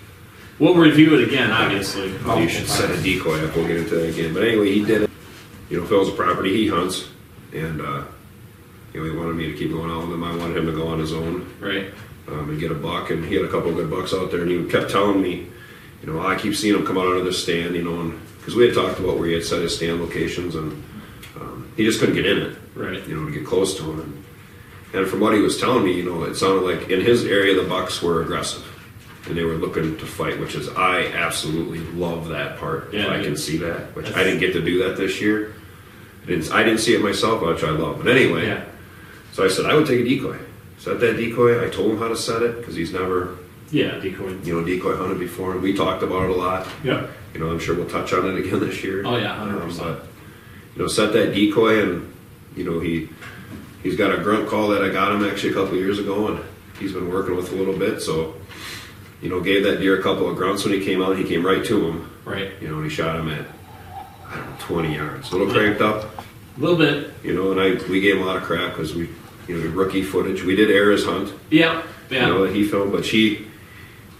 We'll review it again, obviously.
you should set a decoy up. We'll get into that again. But anyway, he did it. You know, Phil's a property he hunts, and uh, you know he wanted me to keep going out with him. I wanted him to go on his own
Right.
um, and get a buck. And he had a couple good bucks out there, and he kept telling me, you know, I keep seeing him come out under the stand, you know, because we had talked about where he had set his stand locations, and um, he just couldn't get in it
Right.
you know, to get close to him. And, and from what he was telling me, you know, it sounded like in his area the Bucks were aggressive. and they were looking to fight, which is I absolutely love that part. if
Yeah,
I
yeah.
can see that, which I
That's-
didn't get to do that this year. I didn't, I didn't see it myself, which I love. But anyway,
Yeah.
so I said I would take a decoy. Set that decoy. I told him how to set it because he's never,
Yeah, decoy.
you know, decoy hunted before, and we talked about it a lot.
Yeah.
You know, I'm sure we'll touch on it again this year. Um,
Oh, yeah, 100%.
but, you know, set that decoy, and you know he he's got a grunt call that I got him actually a couple of years ago, and he's been working with a little bit. So, you know, gave that deer a couple of grunts when he came out. He came right to him.
Right.
You know, and he shot him at I don't know 20 yards, a little cranked up.
A little bit.
You know, and I we gave him a lot of crap because we you know the rookie footage. We did air his hunt.
Yeah.
You know
Yeah.
that he filmed, but she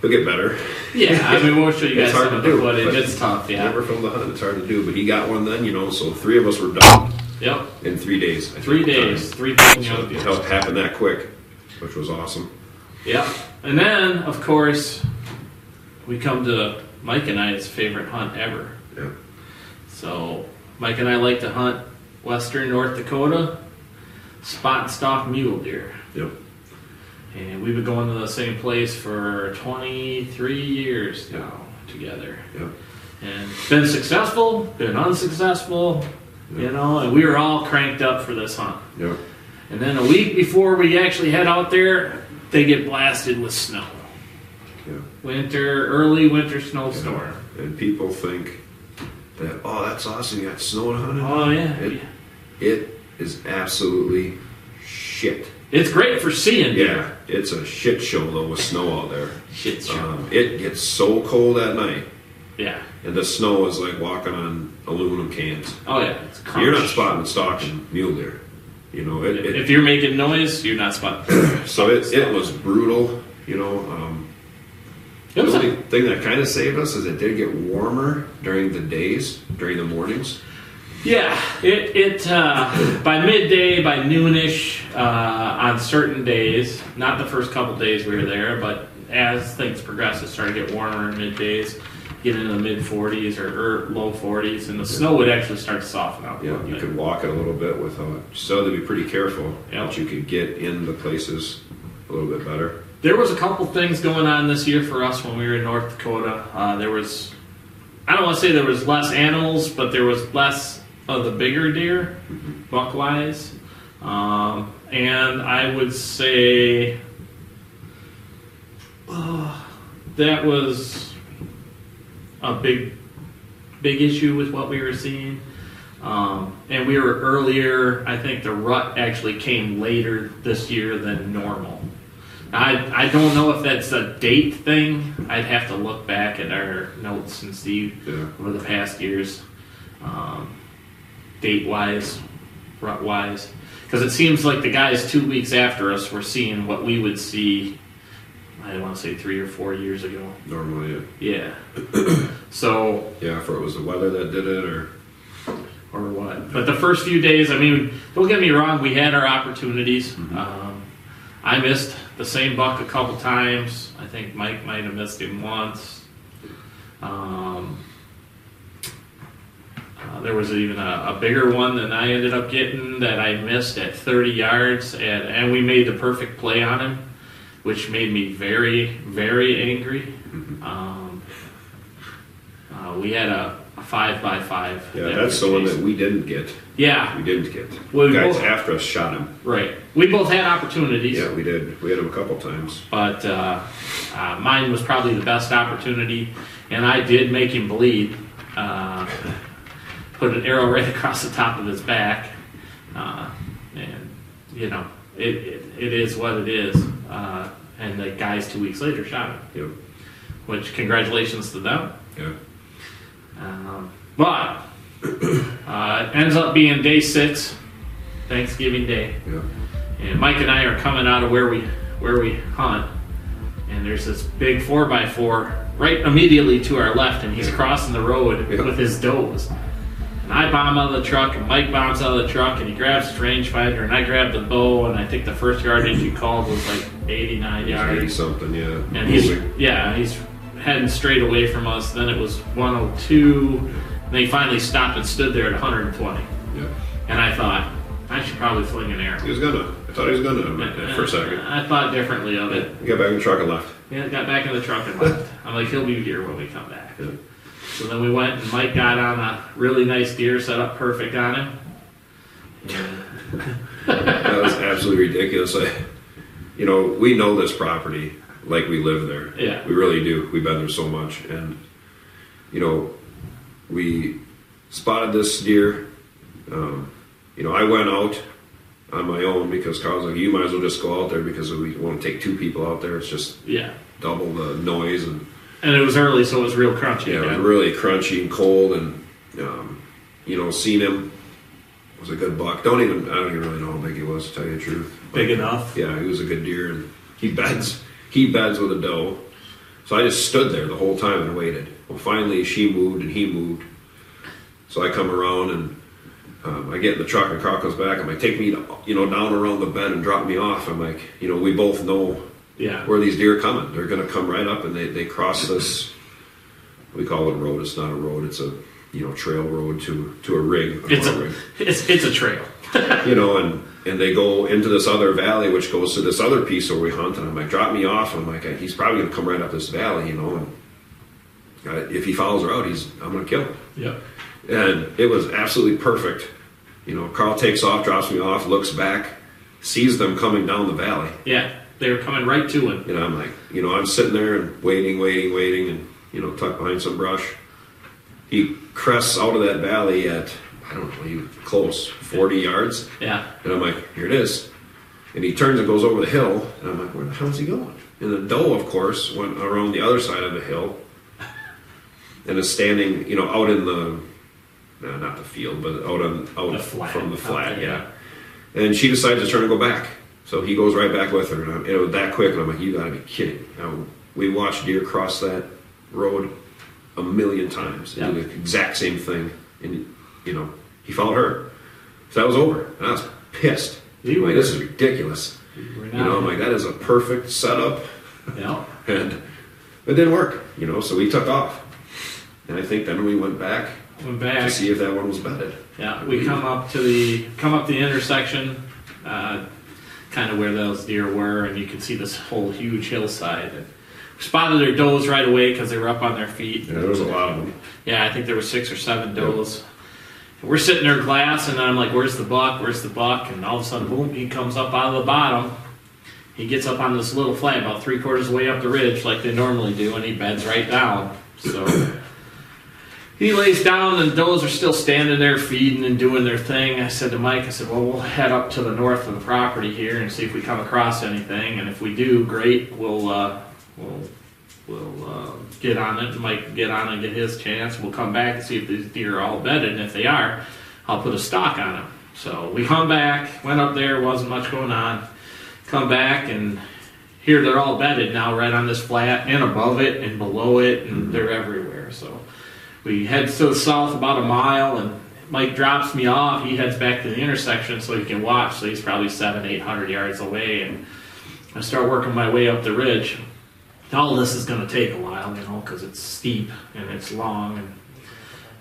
he'll get better.
Yeah. I mean, we'll show you
It's
guys
hard
some
to
of the
do,
footage.
but-
It's tough. Yeah.
Never filmed a hunt. It's hard to do, but he got one then. You know, so three of us were done
Yep.
in three days. I think,
Three
at the
days.
time.
Three people.
So it helped happen that quick, which was awesome.
Yeah. And then, of course, we come to Mike and I's favorite hunt ever.
Yeah.
So, Mike and I like to hunt western North Dakota, spot and stalk mule deer.
Yep.
And we've been going to the same place for 23 years now together.
Yep.
And been successful, been unsuccessful,
Yeah.
you know, and we were all cranked up for this hunt.
Yep.
And then a week before we actually head out there, they get blasted with snow.
Yeah.
Winter, early winter snowstorm.
And people think that oh, that's awesome. You got snow and hunting.
Oh, yeah.
It, it is absolutely shit.
It's great for seeing deer.
Yeah, it's a shit show though with snow out there.
Shit show.
Um, it gets so cold at night,
yeah.
and the snow is like walking on aluminum cans.
Oh, yeah. It's crunch.
You're not spotting stalking mule deer. You know, it, it,
If you're making noise, you're not spotting.
so it, it was brutal. You know, um,
It was
the only
a,
thing that kind of saved us is it did get warmer during the days, during the mornings.
yeah, it, it uh, by midday, by noonish, uh, on certain days, not the first couple days we were there, but as things progressed, it started to get warmer in middays, get into the mid 40s or, or low 40s, and the snow would actually start to soften up. a
Yeah,
little
you
bit.
could walk it a little bit without. So to be pretty careful,
Yeah.
but you could get in the places a little bit better.
There was a couple things going on this year for us when we were in North Dakota. Uh, there was, I don't want to say there was less animals, but there was less of the bigger deer, buckwise. Um, and I would say uh, that was a big, big issue with what we were seeing. Um, and we were earlier, I think the rut actually came later this year than normal. I, I don't know if that's a date thing. I'd have to look back at our notes and see
Yeah.
over the past years, um, date wise, rut wise. Because it seems like the guys two weeks after us were seeing what we would see, I want to say three or four years ago.
Normally, yeah.
Yeah. so
yeah, if it was the weather that did it, or
or what. But the first few days, I mean, don't get me wrong, we had our opportunities.
Mm-hmm.
Um, I missed the same buck a couple times. I think Mike might have missed him once. Um, uh, there was even a, a bigger one than I ended up getting that I missed at 30 yards, and, and we made the perfect play on him, which made me very, very angry.
Mm-hmm.
Um, uh, we had a, a five by five.
yeah,
that
that's
we
the one
chased.
that we didn't get.
Yeah,
We didn't get.
Well, we
Guys
both-
after us shot him.
right. We both had opportunities,
Yeah, we did. We hit him a couple times.
but uh, uh, mine was probably the best opportunity, and I did make him bleed. Uh, put an arrow right across the top of his back, uh, and you know it, it, it is what it is. Uh, and the guys two weeks later shot him,
Yep.
which congratulations to them.
Yeah.
Um, but uh, it ends up being day six, Thanksgiving Day.
Yeah.
And Mike and I are coming out of where we where we hunt, and there's this big four by four right immediately to our left, and he's crossing the road
Yeah.
with his does. And I bomb out of the truck, and Mike bombs out of the truck, and he grabs his rangefinder, and I grab the bow, and I think the first yardage he called was like 89
Eighty
yards.
something. Yeah.
And he's
Moving.
yeah, he's heading straight away from us. Then it was 102. And they finally stopped and stood there at 120.
Yeah.
And I thought I should probably fling an arrow.
He was gonna. I thought he was gonna for a second.
Uh, I thought differently of it.
We got back in the truck and left.
Yeah, got back in the truck and left. I'm like, he'll be here when we come back.
Yeah.
So then we went and Mike got on a really nice deer, set up perfect on him.
That was absolutely ridiculous. I, you know, we know this property like we live there.
Yeah.
We really do. We've been there so much. And, you know, we spotted this deer. Um, you know, I went out on my own because Carl's like, you might as well just go out there because we won't take two people out there. It's just
Yeah.
double the noise. And,
And it was early, so it was real crunchy.
yeah, it was
again.
really crunchy and cold. And, um, you know, seen him. It was a good buck. Don't even, I don't even really know how big he was, to tell you the truth.
big enough.
Yeah, he was a good deer, and he beds he beds with a doe. So I just stood there the whole time and waited. Well, finally she moved and he moved. So I come around and um, I get in the truck and Carl comes back. I'm like, take me, to, you know, down around the bend and drop me off. I'm like, you know, we both know
Yeah.
where these deer are coming. They're going to come right up and they, they cross this. We call it a road. It's not a road. It's a you know trail road to to a rig.
It's
farm
a
rig
it's it's a trail.
you know, and and they go into this other valley, which goes to this other piece where we hunt. And I'm like, drop me off. I'm like, he's probably gonna come right up this valley, you know. And uh, if he follows her out, he's I'm gonna kill him.
Yep.
And it was absolutely perfect. You know, Carl takes off, drops me off, looks back, sees them coming down the valley,
Yeah. They were coming right to him.
and I'm like, you know, I'm sitting there and waiting, waiting, waiting, and you know, tucked behind some brush. He crests out of that valley at I don't know, he was close, 40 yards.
Yeah.
And I'm like, here it is. And he turns and goes over the hill. And I'm like, where the hell's he going? And the doe, of course, went around the other side of the hill and is standing, you know, out in the, no, not the field, but out on out
The flat.
from the
Out
flat,
there.
yeah. And she decides to turn and go back. So he goes right back with her. And I'm, it was that quick. And I'm like, you gotta be kidding. Now, we watched deer cross that road a million times and do
Yeah.
the exact same thing. And, you know, he followed her. So that was over. And I was pissed.
You were.
like, this is ridiculous.
We're
You know, I'm
not,
like, that is a perfect setup.
yeah.
And it didn't work, you know, so we took off. And I think then we went back
Went
to
back.
see if that one was bedded.
Yeah, we come up to the come up the intersection, uh, kind of where those deer were, and you can see this whole huge hillside. And we spotted their does right away because they were up on their feet.
Yeah, there was a lot of them.
Yeah, I think there were six or seven does. We're sitting there glass, and I'm like, "Where's the buck? Where's the buck?" And all of a sudden, boom! He comes up out of the bottom. He gets up on this little flat, about three quarters of the way up the ridge, like they normally do, and he bends right down. So. He lays down, and those are still standing there feeding and doing their thing. I said to Mike, I said, Well, we'll head up to the north of the property here and see if we come across anything. And if we do, great, we'll, uh, we'll, we'll uh, get on it. Mike can get on and get his chance. We'll come back and see if these deer are all bedded. And if they are, I'll put a stock on them. So we come back, went up there, wasn't much going on. Come back, and here they're all bedded now, right on this flat, and above it, and below it, and they're everywhere. So we head to the south about a mile, and Mike drops me off. He heads back to the intersection so he can watch. So he's probably seven, eight hundred yards away, and I start working my way up the ridge. All this is going to take a while, you know, because it's steep and it's long. And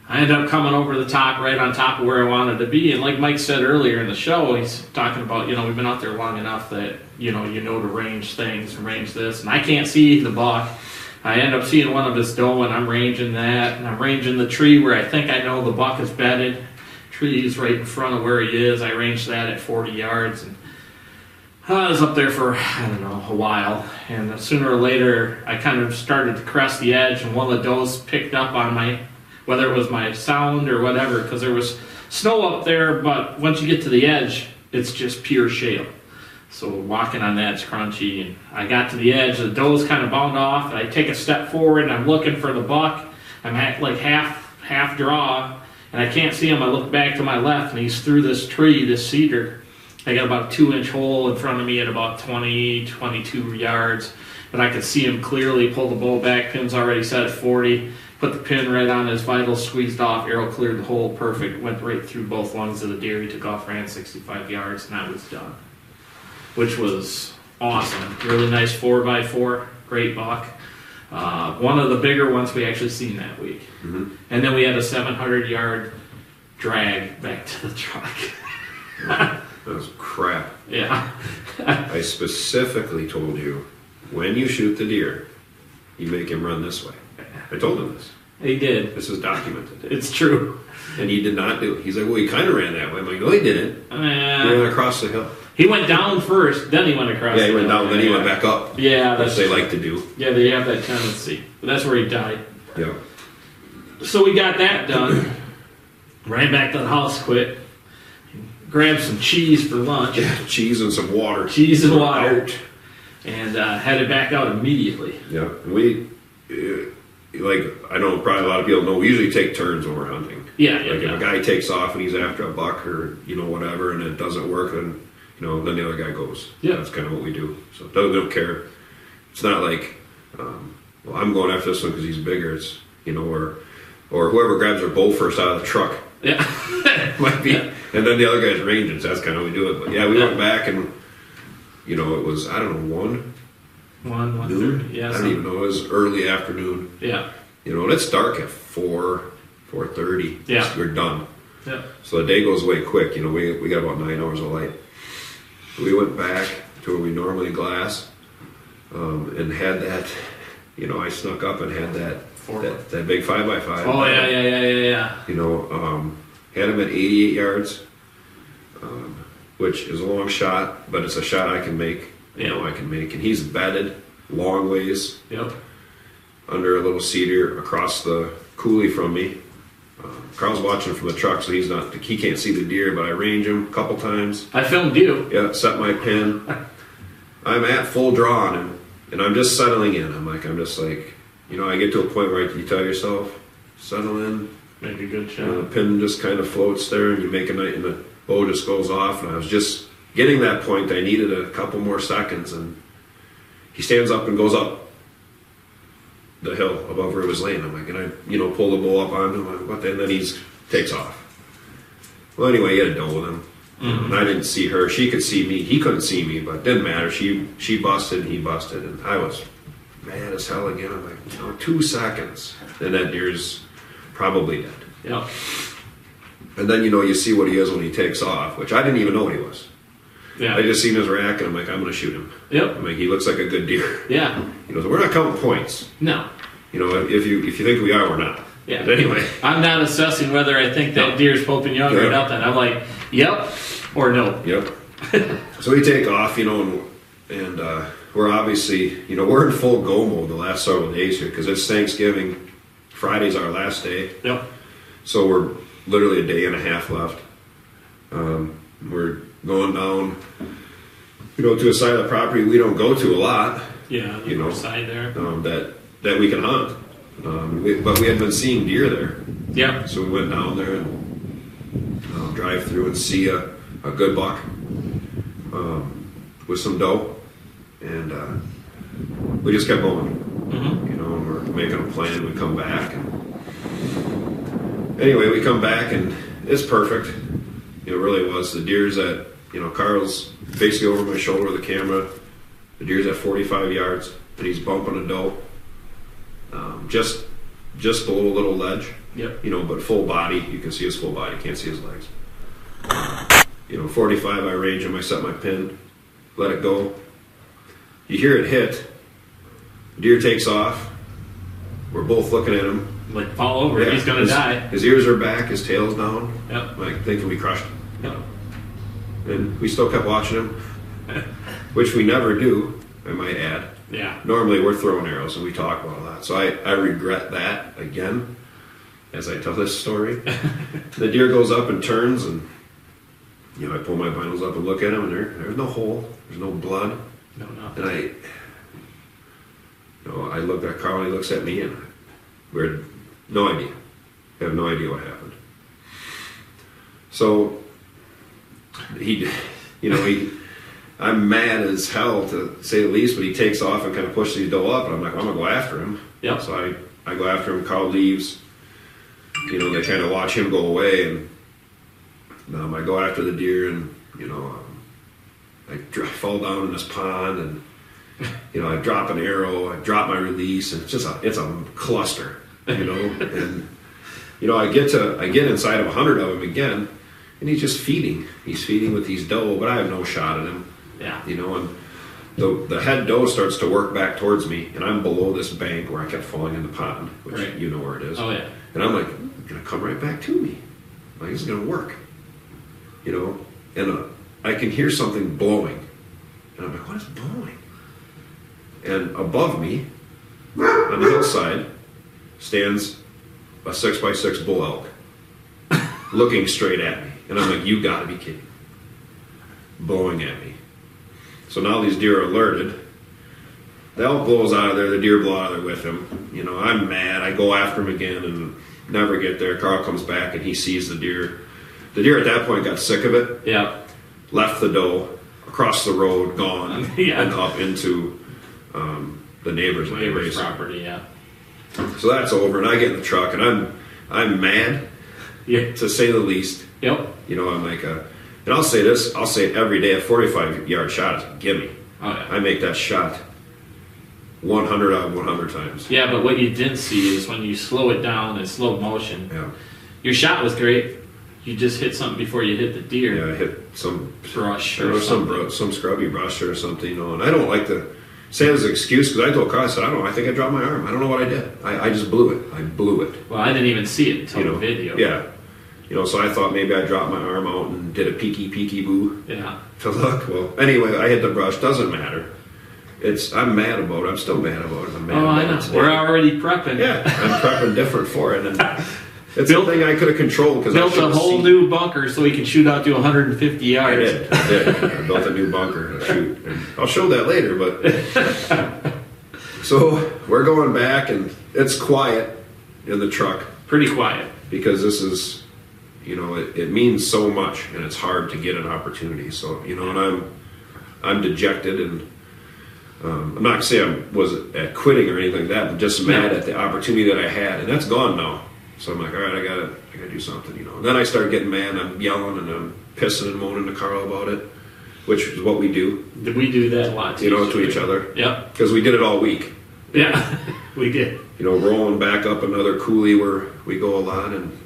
I end up coming over the top, right on top of where I wanted to be. And like Mike said earlier in the show, he's talking about, you know, we've been out there long enough that, you know, you know to range things and range this. And I can't see the buck. I end up seeing one of his doe, and I'm ranging that, and I'm ranging the tree where I think I know the buck is bedded. Tree's right in front of where he is. I range that at 40 yards, and Uh, I was up there for I don't know a while, and sooner or later I kind of started to crest the edge, and one of the does picked up on my, whether it was my sound or whatever, because there was snow up there. But once you get to the edge, it's just pure shale. So walking on that's crunchy, and I got to the edge. The doe's kind of bound off, and I take a step forward, and I'm looking for the buck. I'm at like half half draw, and I can't see him. I look back to my left, and he's through this tree, this cedar. I got about a two inch hole in front of me at about 20, 22 yards, and I could see him clearly pull the bow back. Pin's already set at 40. Put the pin right on his vitals, squeezed off, arrow cleared the hole, perfect. Went right through both lungs of the deer. He took off, ran 65 yards, and I was done. Which was awesome. Really nice 4x4, great buck. Uh, one of the bigger ones we actually seen that week.
Mm-hmm.
And then we had a 700 yard drag back to the truck.
That was crap.
yeah.
I specifically told you when you shoot the deer, you make him run this way. I told him this.
He did.
This is documented.
It's true.
And he did not do it. He's like, well, he kind of ran that way. I'm like, no, he didn't. He
Uh,
ran across the hill.
he went down first, then he went across.
Yeah, he
the
went
hill.
down, then he went back up,
Yeah,
which
that's
they like to do.
yeah. They have that tendency. But that's where he died.
Yeah.
So we got that done. Ran back to the house quick. Grabbed some cheese for lunch.
Cheese and some water.
Cheese and water.
Out.
and uh, headed back out immediately.
Yeah, and we uh, like I know probably a lot of people know we usually take turns when we're hunting.
Yeah, yeah,
Like if
yeah.
a guy takes off and he's after a buck or you know whatever, and it doesn't work, then you know then the other guy goes.
Yeah.
that's kind of what we do. So they don't, they don't care. It's not like um, well I'm going after this one because he's bigger. It's you know or or whoever grabs their bow first out of the truck
Yeah.
might be, and then the other guy's ranging. So that's kind of how we do it. But yeah, we
Yeah.
went back and you know it was I don't know one
one, one
noon.
thirty. Yeah,
I don't
some-
even know. It was early afternoon.
yeah,
You know, and it's dark at four, four thirty.
Yeah.
we're done.
yeah.
So the day goes away quick. You know, we we got about nine hours of light. We went back to where we normally glass, um, and had that. You know, I snuck up and had that
Four.
that, that big five by five.
Oh yeah, yeah, yeah, yeah, yeah.
You know, um, had him at eighty-eight yards, um, which is a long shot, but it's a shot I can make. You
Yeah.
know, I can make, and he's batted long ways
Yep.
under a little cedar across the coulee from me. Uh, Carl's watching from the truck, so he's not he can't see the deer, but I range him a couple times.
I filmed you.
Yeah, set my pin. I'm at full draw on him, and I'm just settling in. I'm like I'm just like you know I get to a point where you tell yourself settle in,
Make a good shot.
and the pin just kind of floats there, and you make a night, and the bow just goes off. And I was just getting that point. I needed a couple more seconds, and he stands up and goes up the hill above where he was laying. I'm like, and I, you know, pull the bow up onto him. I'm like, what? the- And then he's takes off. Well, anyway, he had a doe with him, and I didn't see her. She could see me. He couldn't see me, but it didn't matter. She she busted, and he busted, and I was mad as hell again. I'm like, you know, two seconds, and that deer's probably dead.
Yep.
And then you know you see what he is when he takes off, which I didn't even know what he was.
Yeah.
I just seen his rack and I'm like, I'm gonna shoot him.
yep.
I'm like, he looks like a good deer.
Yeah.
You know, so we're not counting points.
No.
You know, if you if you think we are, we're not.
Yeah.
But anyway,
I'm not assessing whether I think that
No.
deer's poking young or
Yeah.
nothing. I'm like, yep or no.
yep. so we take off, you know, and, and uh, we're obviously, you know, we're in full go mode the last several days here because it's Thanksgiving. Friday's our last day.
Yep.
So we're literally a day and a half left. Um, we're going down, you know, to a side of the property we don't go to a lot
Yeah. The
You know.
side there.
um, that that we can hunt. Um, we, but we had been seeing deer there,
Yep.
so we went down there and um, drive through and see a, a good buck um, with some doe, and uh, we just kept going
hmm
you know, and we're making a plan. We come back, and anyway, we come back, and it's perfect. It really was. The deer's at, you know, Carl's basically over my shoulder with the camera. The deer's at 45 yards, and he's bumping a doe, um, just just below a little ledge,
Yep.
you know, but full body. You can see his full body. Can't see his legs. You know, 45. I range him. I set my pin, let it go. You hear it hit. Deer takes off. We're both looking at him.
Like fall over. He's gonna
his,
die.
His ears are back, his tail's down.
Yep.
Like thinking we crushed him.
Yep.
And we still kept watching him, which we never do, I might add.
Yeah.
Normally we're throwing arrows and we talk about that. So I, I regret that again as I tell this story. the deer goes up and turns and you know, I pull my vinyls up and look at him and there, there's no hole, there's no blood.
No. No.
And I, you know, I look at Carl, and he looks at me, and we had no idea. I have no idea what happened. So he, you know, he, I'm mad as hell to say the least, but he takes off and kind of pushes the doe up, and I'm like, I'm gonna go after him.
Yep.
So I, I go after him. Carl leaves. You know, they kind of watch him go away, and um, I go after the deer, and you know, um, I dr- fall down in this pond, and you know, I drop an arrow, I drop my release, and it's just a, it's a cluster, you know, and you know, I get to, I get inside of a hundred of him again, and he's just feeding. He's feeding with these doe, but I have no shot at him
Yeah.
you know, and the, the head dough starts to work back towards me, and I'm below this bank where I kept falling in the pond, which
Right.
you know where it is.
Oh yeah.
And I'm like, it's gonna come right back to me. Like it's gonna work, you know. And uh, I can hear something blowing, and I'm like, what is blowing? And above me, on the hillside, stands a six by six bull elk, looking straight at me. And I'm like, you gotta be kidding! Blowing at me. So now these deer are alerted. The elk blows out of there. The deer blow out of there with him. You know, I'm mad. I go after him again and never get there. Carl comes back and he sees the deer. The deer at that point got sick of it,
Yeah.
left the doe, across the road, gone,
Yeah.
and up into um, the neighbor's land.
Neighbor's
basically.
property. Yeah.
So that's over, and I get in the truck, and I'm I'm mad
Yeah.
to say the least.
Yep.
You know, I'm like, uh, and I'll say this, I'll say it every day. A 45 yard shot is a gimme.
Oh yeah.
I make that shot 100 out of 100 times.
Yeah, but what you didn't see is when you slow it down in slow motion.
Yeah,
Your shot was great. You just hit something before you hit the deer
yeah. I hit some
brush
there
or
was some
something.
bro- some scrubby brush or something. You know, and I don't like to say it as an excuse because I told Kyle, I said, I don't know, I think I dropped my arm. I don't know what I did. I, I just blew it. I blew it.
Well, I didn't even see it until
You know,
the video.
yeah. You know, so I thought maybe I dropped my arm out and did a peeky peeky boo
Yeah.
to look. Well, anyway, I hit the brush. Doesn't matter. It's I'm mad about it. I'm still mad about it. I'm mad
Oh,
about
I
it
know.
today.
We're already prepping.
Yeah, I'm prepping different for it, and it's
Built-
something I could have controlled because I
Built a
should've
whole
seen-
new bunker so we can shoot out to 150
I
yards.
did. I did. I built a new bunker to shoot. And I'll show that later, but so we're going back, and it's quiet in the truck
Pretty quiet.
because this is, you know, it, it means so much, and it's hard to get an opportunity. So you know, and I'm I'm dejected, and um, I'm not saying I was at quitting or anything like that, but just mad at the opportunity that I had, and that's gone now. So I'm like, all right, I gotta I gotta do something, you know. And then I start getting mad, and I'm yelling, and I'm pissing and moaning to Carl about it, which is what we do,
We do that a lot.
you know, to each other
Yep.
because we did it all week.
Yeah. we did.
you know, rolling back up another coulee where we go a lot, and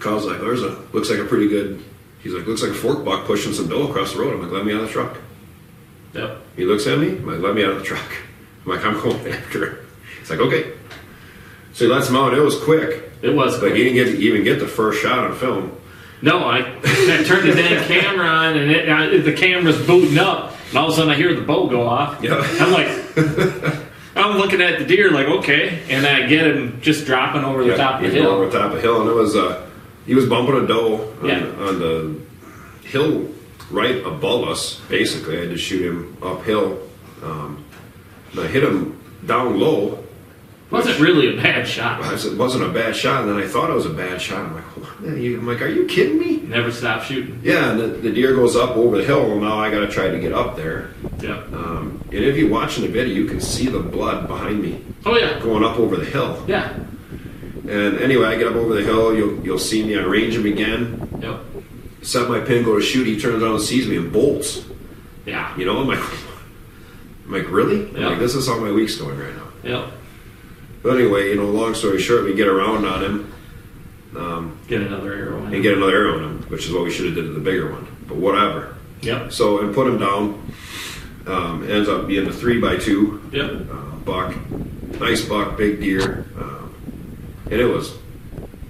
Kyle's like, "There's a looks like a pretty good." He's like, "Looks like a fork buck pushing some dough across the road." I'm like, "Let me out of the truck."
Yep.
He looks at me. I'm like, "Let me out of the truck." I'm like, "I'm going after." him." He's like, "Okay." So he lets him out. and It was quick.
It was.
Like he didn't get to even get the first shot on film.
No, I, I turned the damn camera on and it, I, the camera's booting up. And all of a sudden I hear the bow go off.
Yeah.
I'm like, I'm looking at the deer like, okay. And I get him just dropping over the top of the
He's going
hill.
Over the top of the hill, and it was uh, he was bumping a doe on,
Yeah.
on the hill right above us. Basically, I had to shoot him uphill. Um, and I hit him down low.
Wasn't really a bad shot.
I said, It wasn't a bad shot, and then I thought it was a bad shot. I'm like, what? the- you-" I'm like, are you kidding me?
Never stop shooting.
Yeah, and the, the deer goes up over the hill, and now I got to try to get up there.
Yep.
Um, and if you're watching the video, you can see the blood behind me
Oh yeah.
going up over the hill.
Yeah.
And anyway, I get up over the hill. You'll you'll see me. I range him again.
Yep.
Set my pin, go to shoot. He turns around and sees me and bolts.
Yeah.
You know, I'm like, I'm like, really? I'm
Yeah.
like, this is how my week's going right now.
Yep.
But anyway, you know, long story short, we get around on him um,
Get another arrow.
and
In.
get another arrow on him, which is what we should have did to the bigger one. But whatever.
Yep.
So and put him down. Um, ends up being a three by two.
Yep.
uh, buck, nice buck, big deer, um, and it was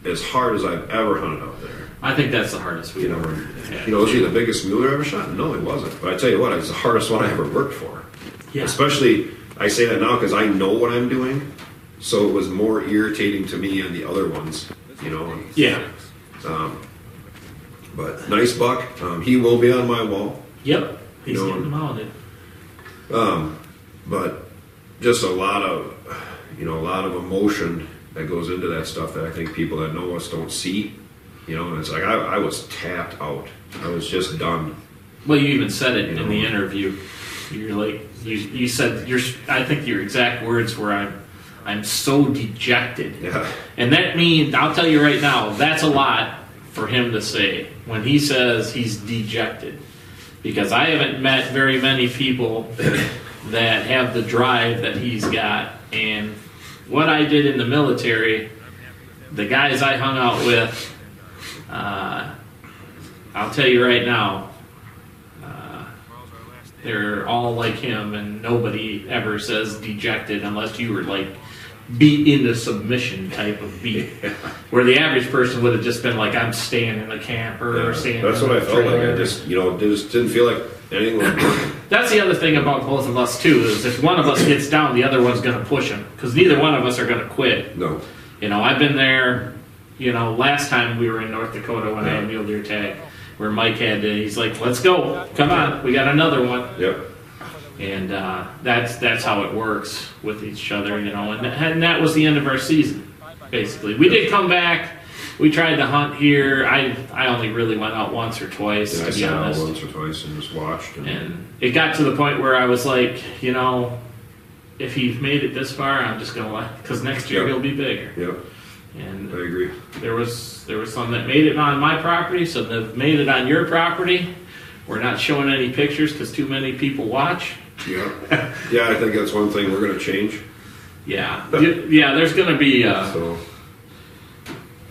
as hard as I've ever hunted out there.
I think that's the hardest we've
You know,
ever
and, you know, was he the biggest mule I ever shot? No, he wasn't. But I tell you what, it was the hardest one I ever worked for.
Yeah.
Especially, I say that now because I know what I'm doing, so it was more irritating to me and the other ones. You know, and
Yeah.
but nice buck. Um, he will be on my wall.
Yep. He's
know,
getting them mounted.
but just a lot of you know a lot of emotion that goes into that stuff that I think people that know us don't see. You know, and it's like I, I was tapped out. I was just done.
Well, you even said it
You
in
know.
the interview. You're like you, you said your I think your exact words were I'm I'm so dejected.
Yeah,
And that means I'll tell you right now, that's a lot for him to say when he says he's dejected. Because I haven't met very many people that have the drive that he's got and what I did in the military, the guys I hung out with, uh, I'll tell you right now, uh, They're all like him, and nobody ever says dejected unless you were like beat into submission type of beat. Where the average person would have just been like, I'm staying in the camper or staying
That's
in
what I
the
felt like. I
trailer."
just, you know, just didn't feel like anything was working.
That's the other thing about both of us too is if one of us gets down, the other one's going to push him because neither one of us are going to quit.
No.
You know, I've been there. You know, last time we were in North Dakota when I had mule deer tag, where Mike had to, he's like, "Let's go, come on, we got another one,"
Yep.
and uh, that's that's how it works with each other. You know, and that, and that was the end of our season. Basically, we did come back. We tried to hunt here. I I only really went out once or twice,
And I
to be
sat out
honest.
once or twice and just watched. And,
And it got to the point where I was like, you know, if he's made it this far, I'm just gonna let because next year
Yeah.
he'll be bigger.
Yep, I
And
agree.
there was there was some that made it on my property, some that made it on your property. We're not showing any pictures because too many people watch.
Yeah. yeah, I think that's one thing we're going to change.
Yeah, Y- yeah. There's gonna be. Uh,
So,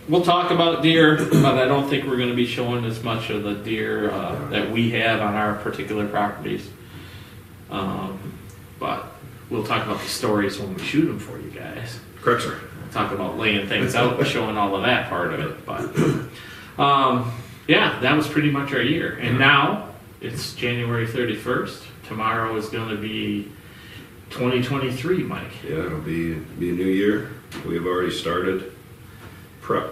we'll talk about deer, but I don't think we're gonna be showing as much of the deer uh, that we have on our particular properties. Um, but we'll talk about the stories when we shoot them for you guys.
correct, sir.
talk about laying things out and showing all of that part of it. But um, yeah, that was pretty much our year. And now it's January 31st. Tomorrow is going to be 2023, Mike.
Yeah, it'll be, be a new year. We have already started prep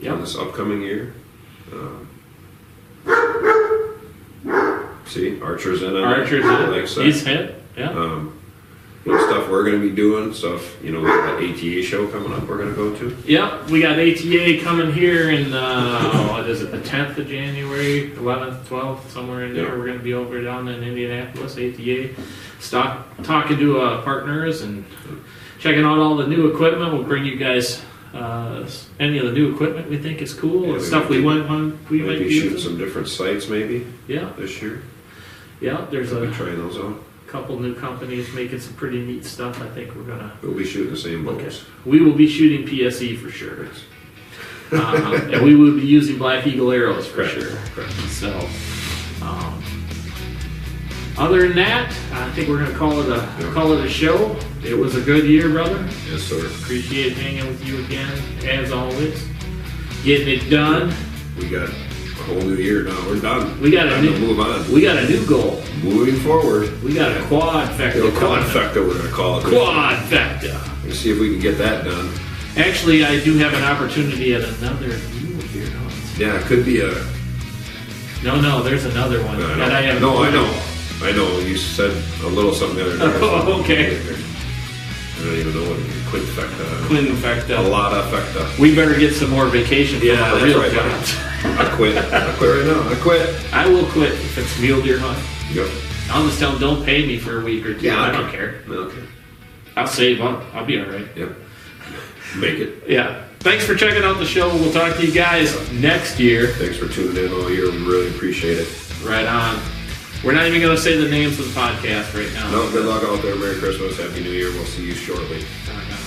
Yep.
on this upcoming year. Um, see, Archer's in on it.
Archer's
Like I
hit.
said.
He's hit. Yeah.
um, you know, stuff we're going to be doing, stuff, you know, we got that ATA show coming up we're going to go to.
Yep. We got ATA coming here in uh, what is it? The 10th of January, 11th, 12th, somewhere in there.
Yep.
We're going to be over down in Indianapolis. ATA. Stock talking to uh, partners and checking out all the new equipment. We'll bring you guys uh, s- any of the new equipment we think is cool
Yeah,
and
we
stuff
might
we
be-
want on we might
Maybe
be
shoot
using.
some different sites maybe
Yeah,
this year.
yeah. There's
We'll be
a
trying those out.
couple new companies making some pretty neat stuff. I think we're gonna.
We'll be shooting the same
look at.
bows.
We will be shooting PSE for sure, um, and we will be using Black Eagle arrows for
Correct.
sure.
Correct.
So, um, other than that, I think we're gonna call it a
Yeah.
call it a show. It was a good year, brother.
Yes, sir.
Appreciate hanging with you again, as always. Getting it done.
We got a whole new year now. We're done.
We got a
Time
new-
to move on.
We got a new goal.
Moving forward.
We got a quad
It'll
factor.
call
coming.
infecta. We're gonna call it.
Quad factor.
Let's see if we can get that done.
Actually, I do have an opportunity at another mule deer hunt.
Yeah, it could be a.
No, no, there's another one
I
that I
know.
have.
No, I know. I know. You said a little something the other day.
Oh, okay.
I don't even know what you quit infecta.
Quinn
A
factor.
lot of effecta.
We better get some more vacation from
Yeah,
our
that's
real
right.
jobs.
I quit. I quit right now. I quit.
I will quit if it's mule deer hunt.
Yep.
I'll just tell them don't pay me for a week or two.
Yeah,
I
okay.
don't care.
Okay.
I'll save up. I'll be all right.
Yep. Make it.
Yeah. Thanks for checking out the show. We'll talk to you guys next year.
Thanks for tuning in all year. We really appreciate it.
Right on. We're not even going to say the names of the podcast right now.
No, good luck out there. Merry Christmas. Happy New Year. We'll see you shortly.
Right on.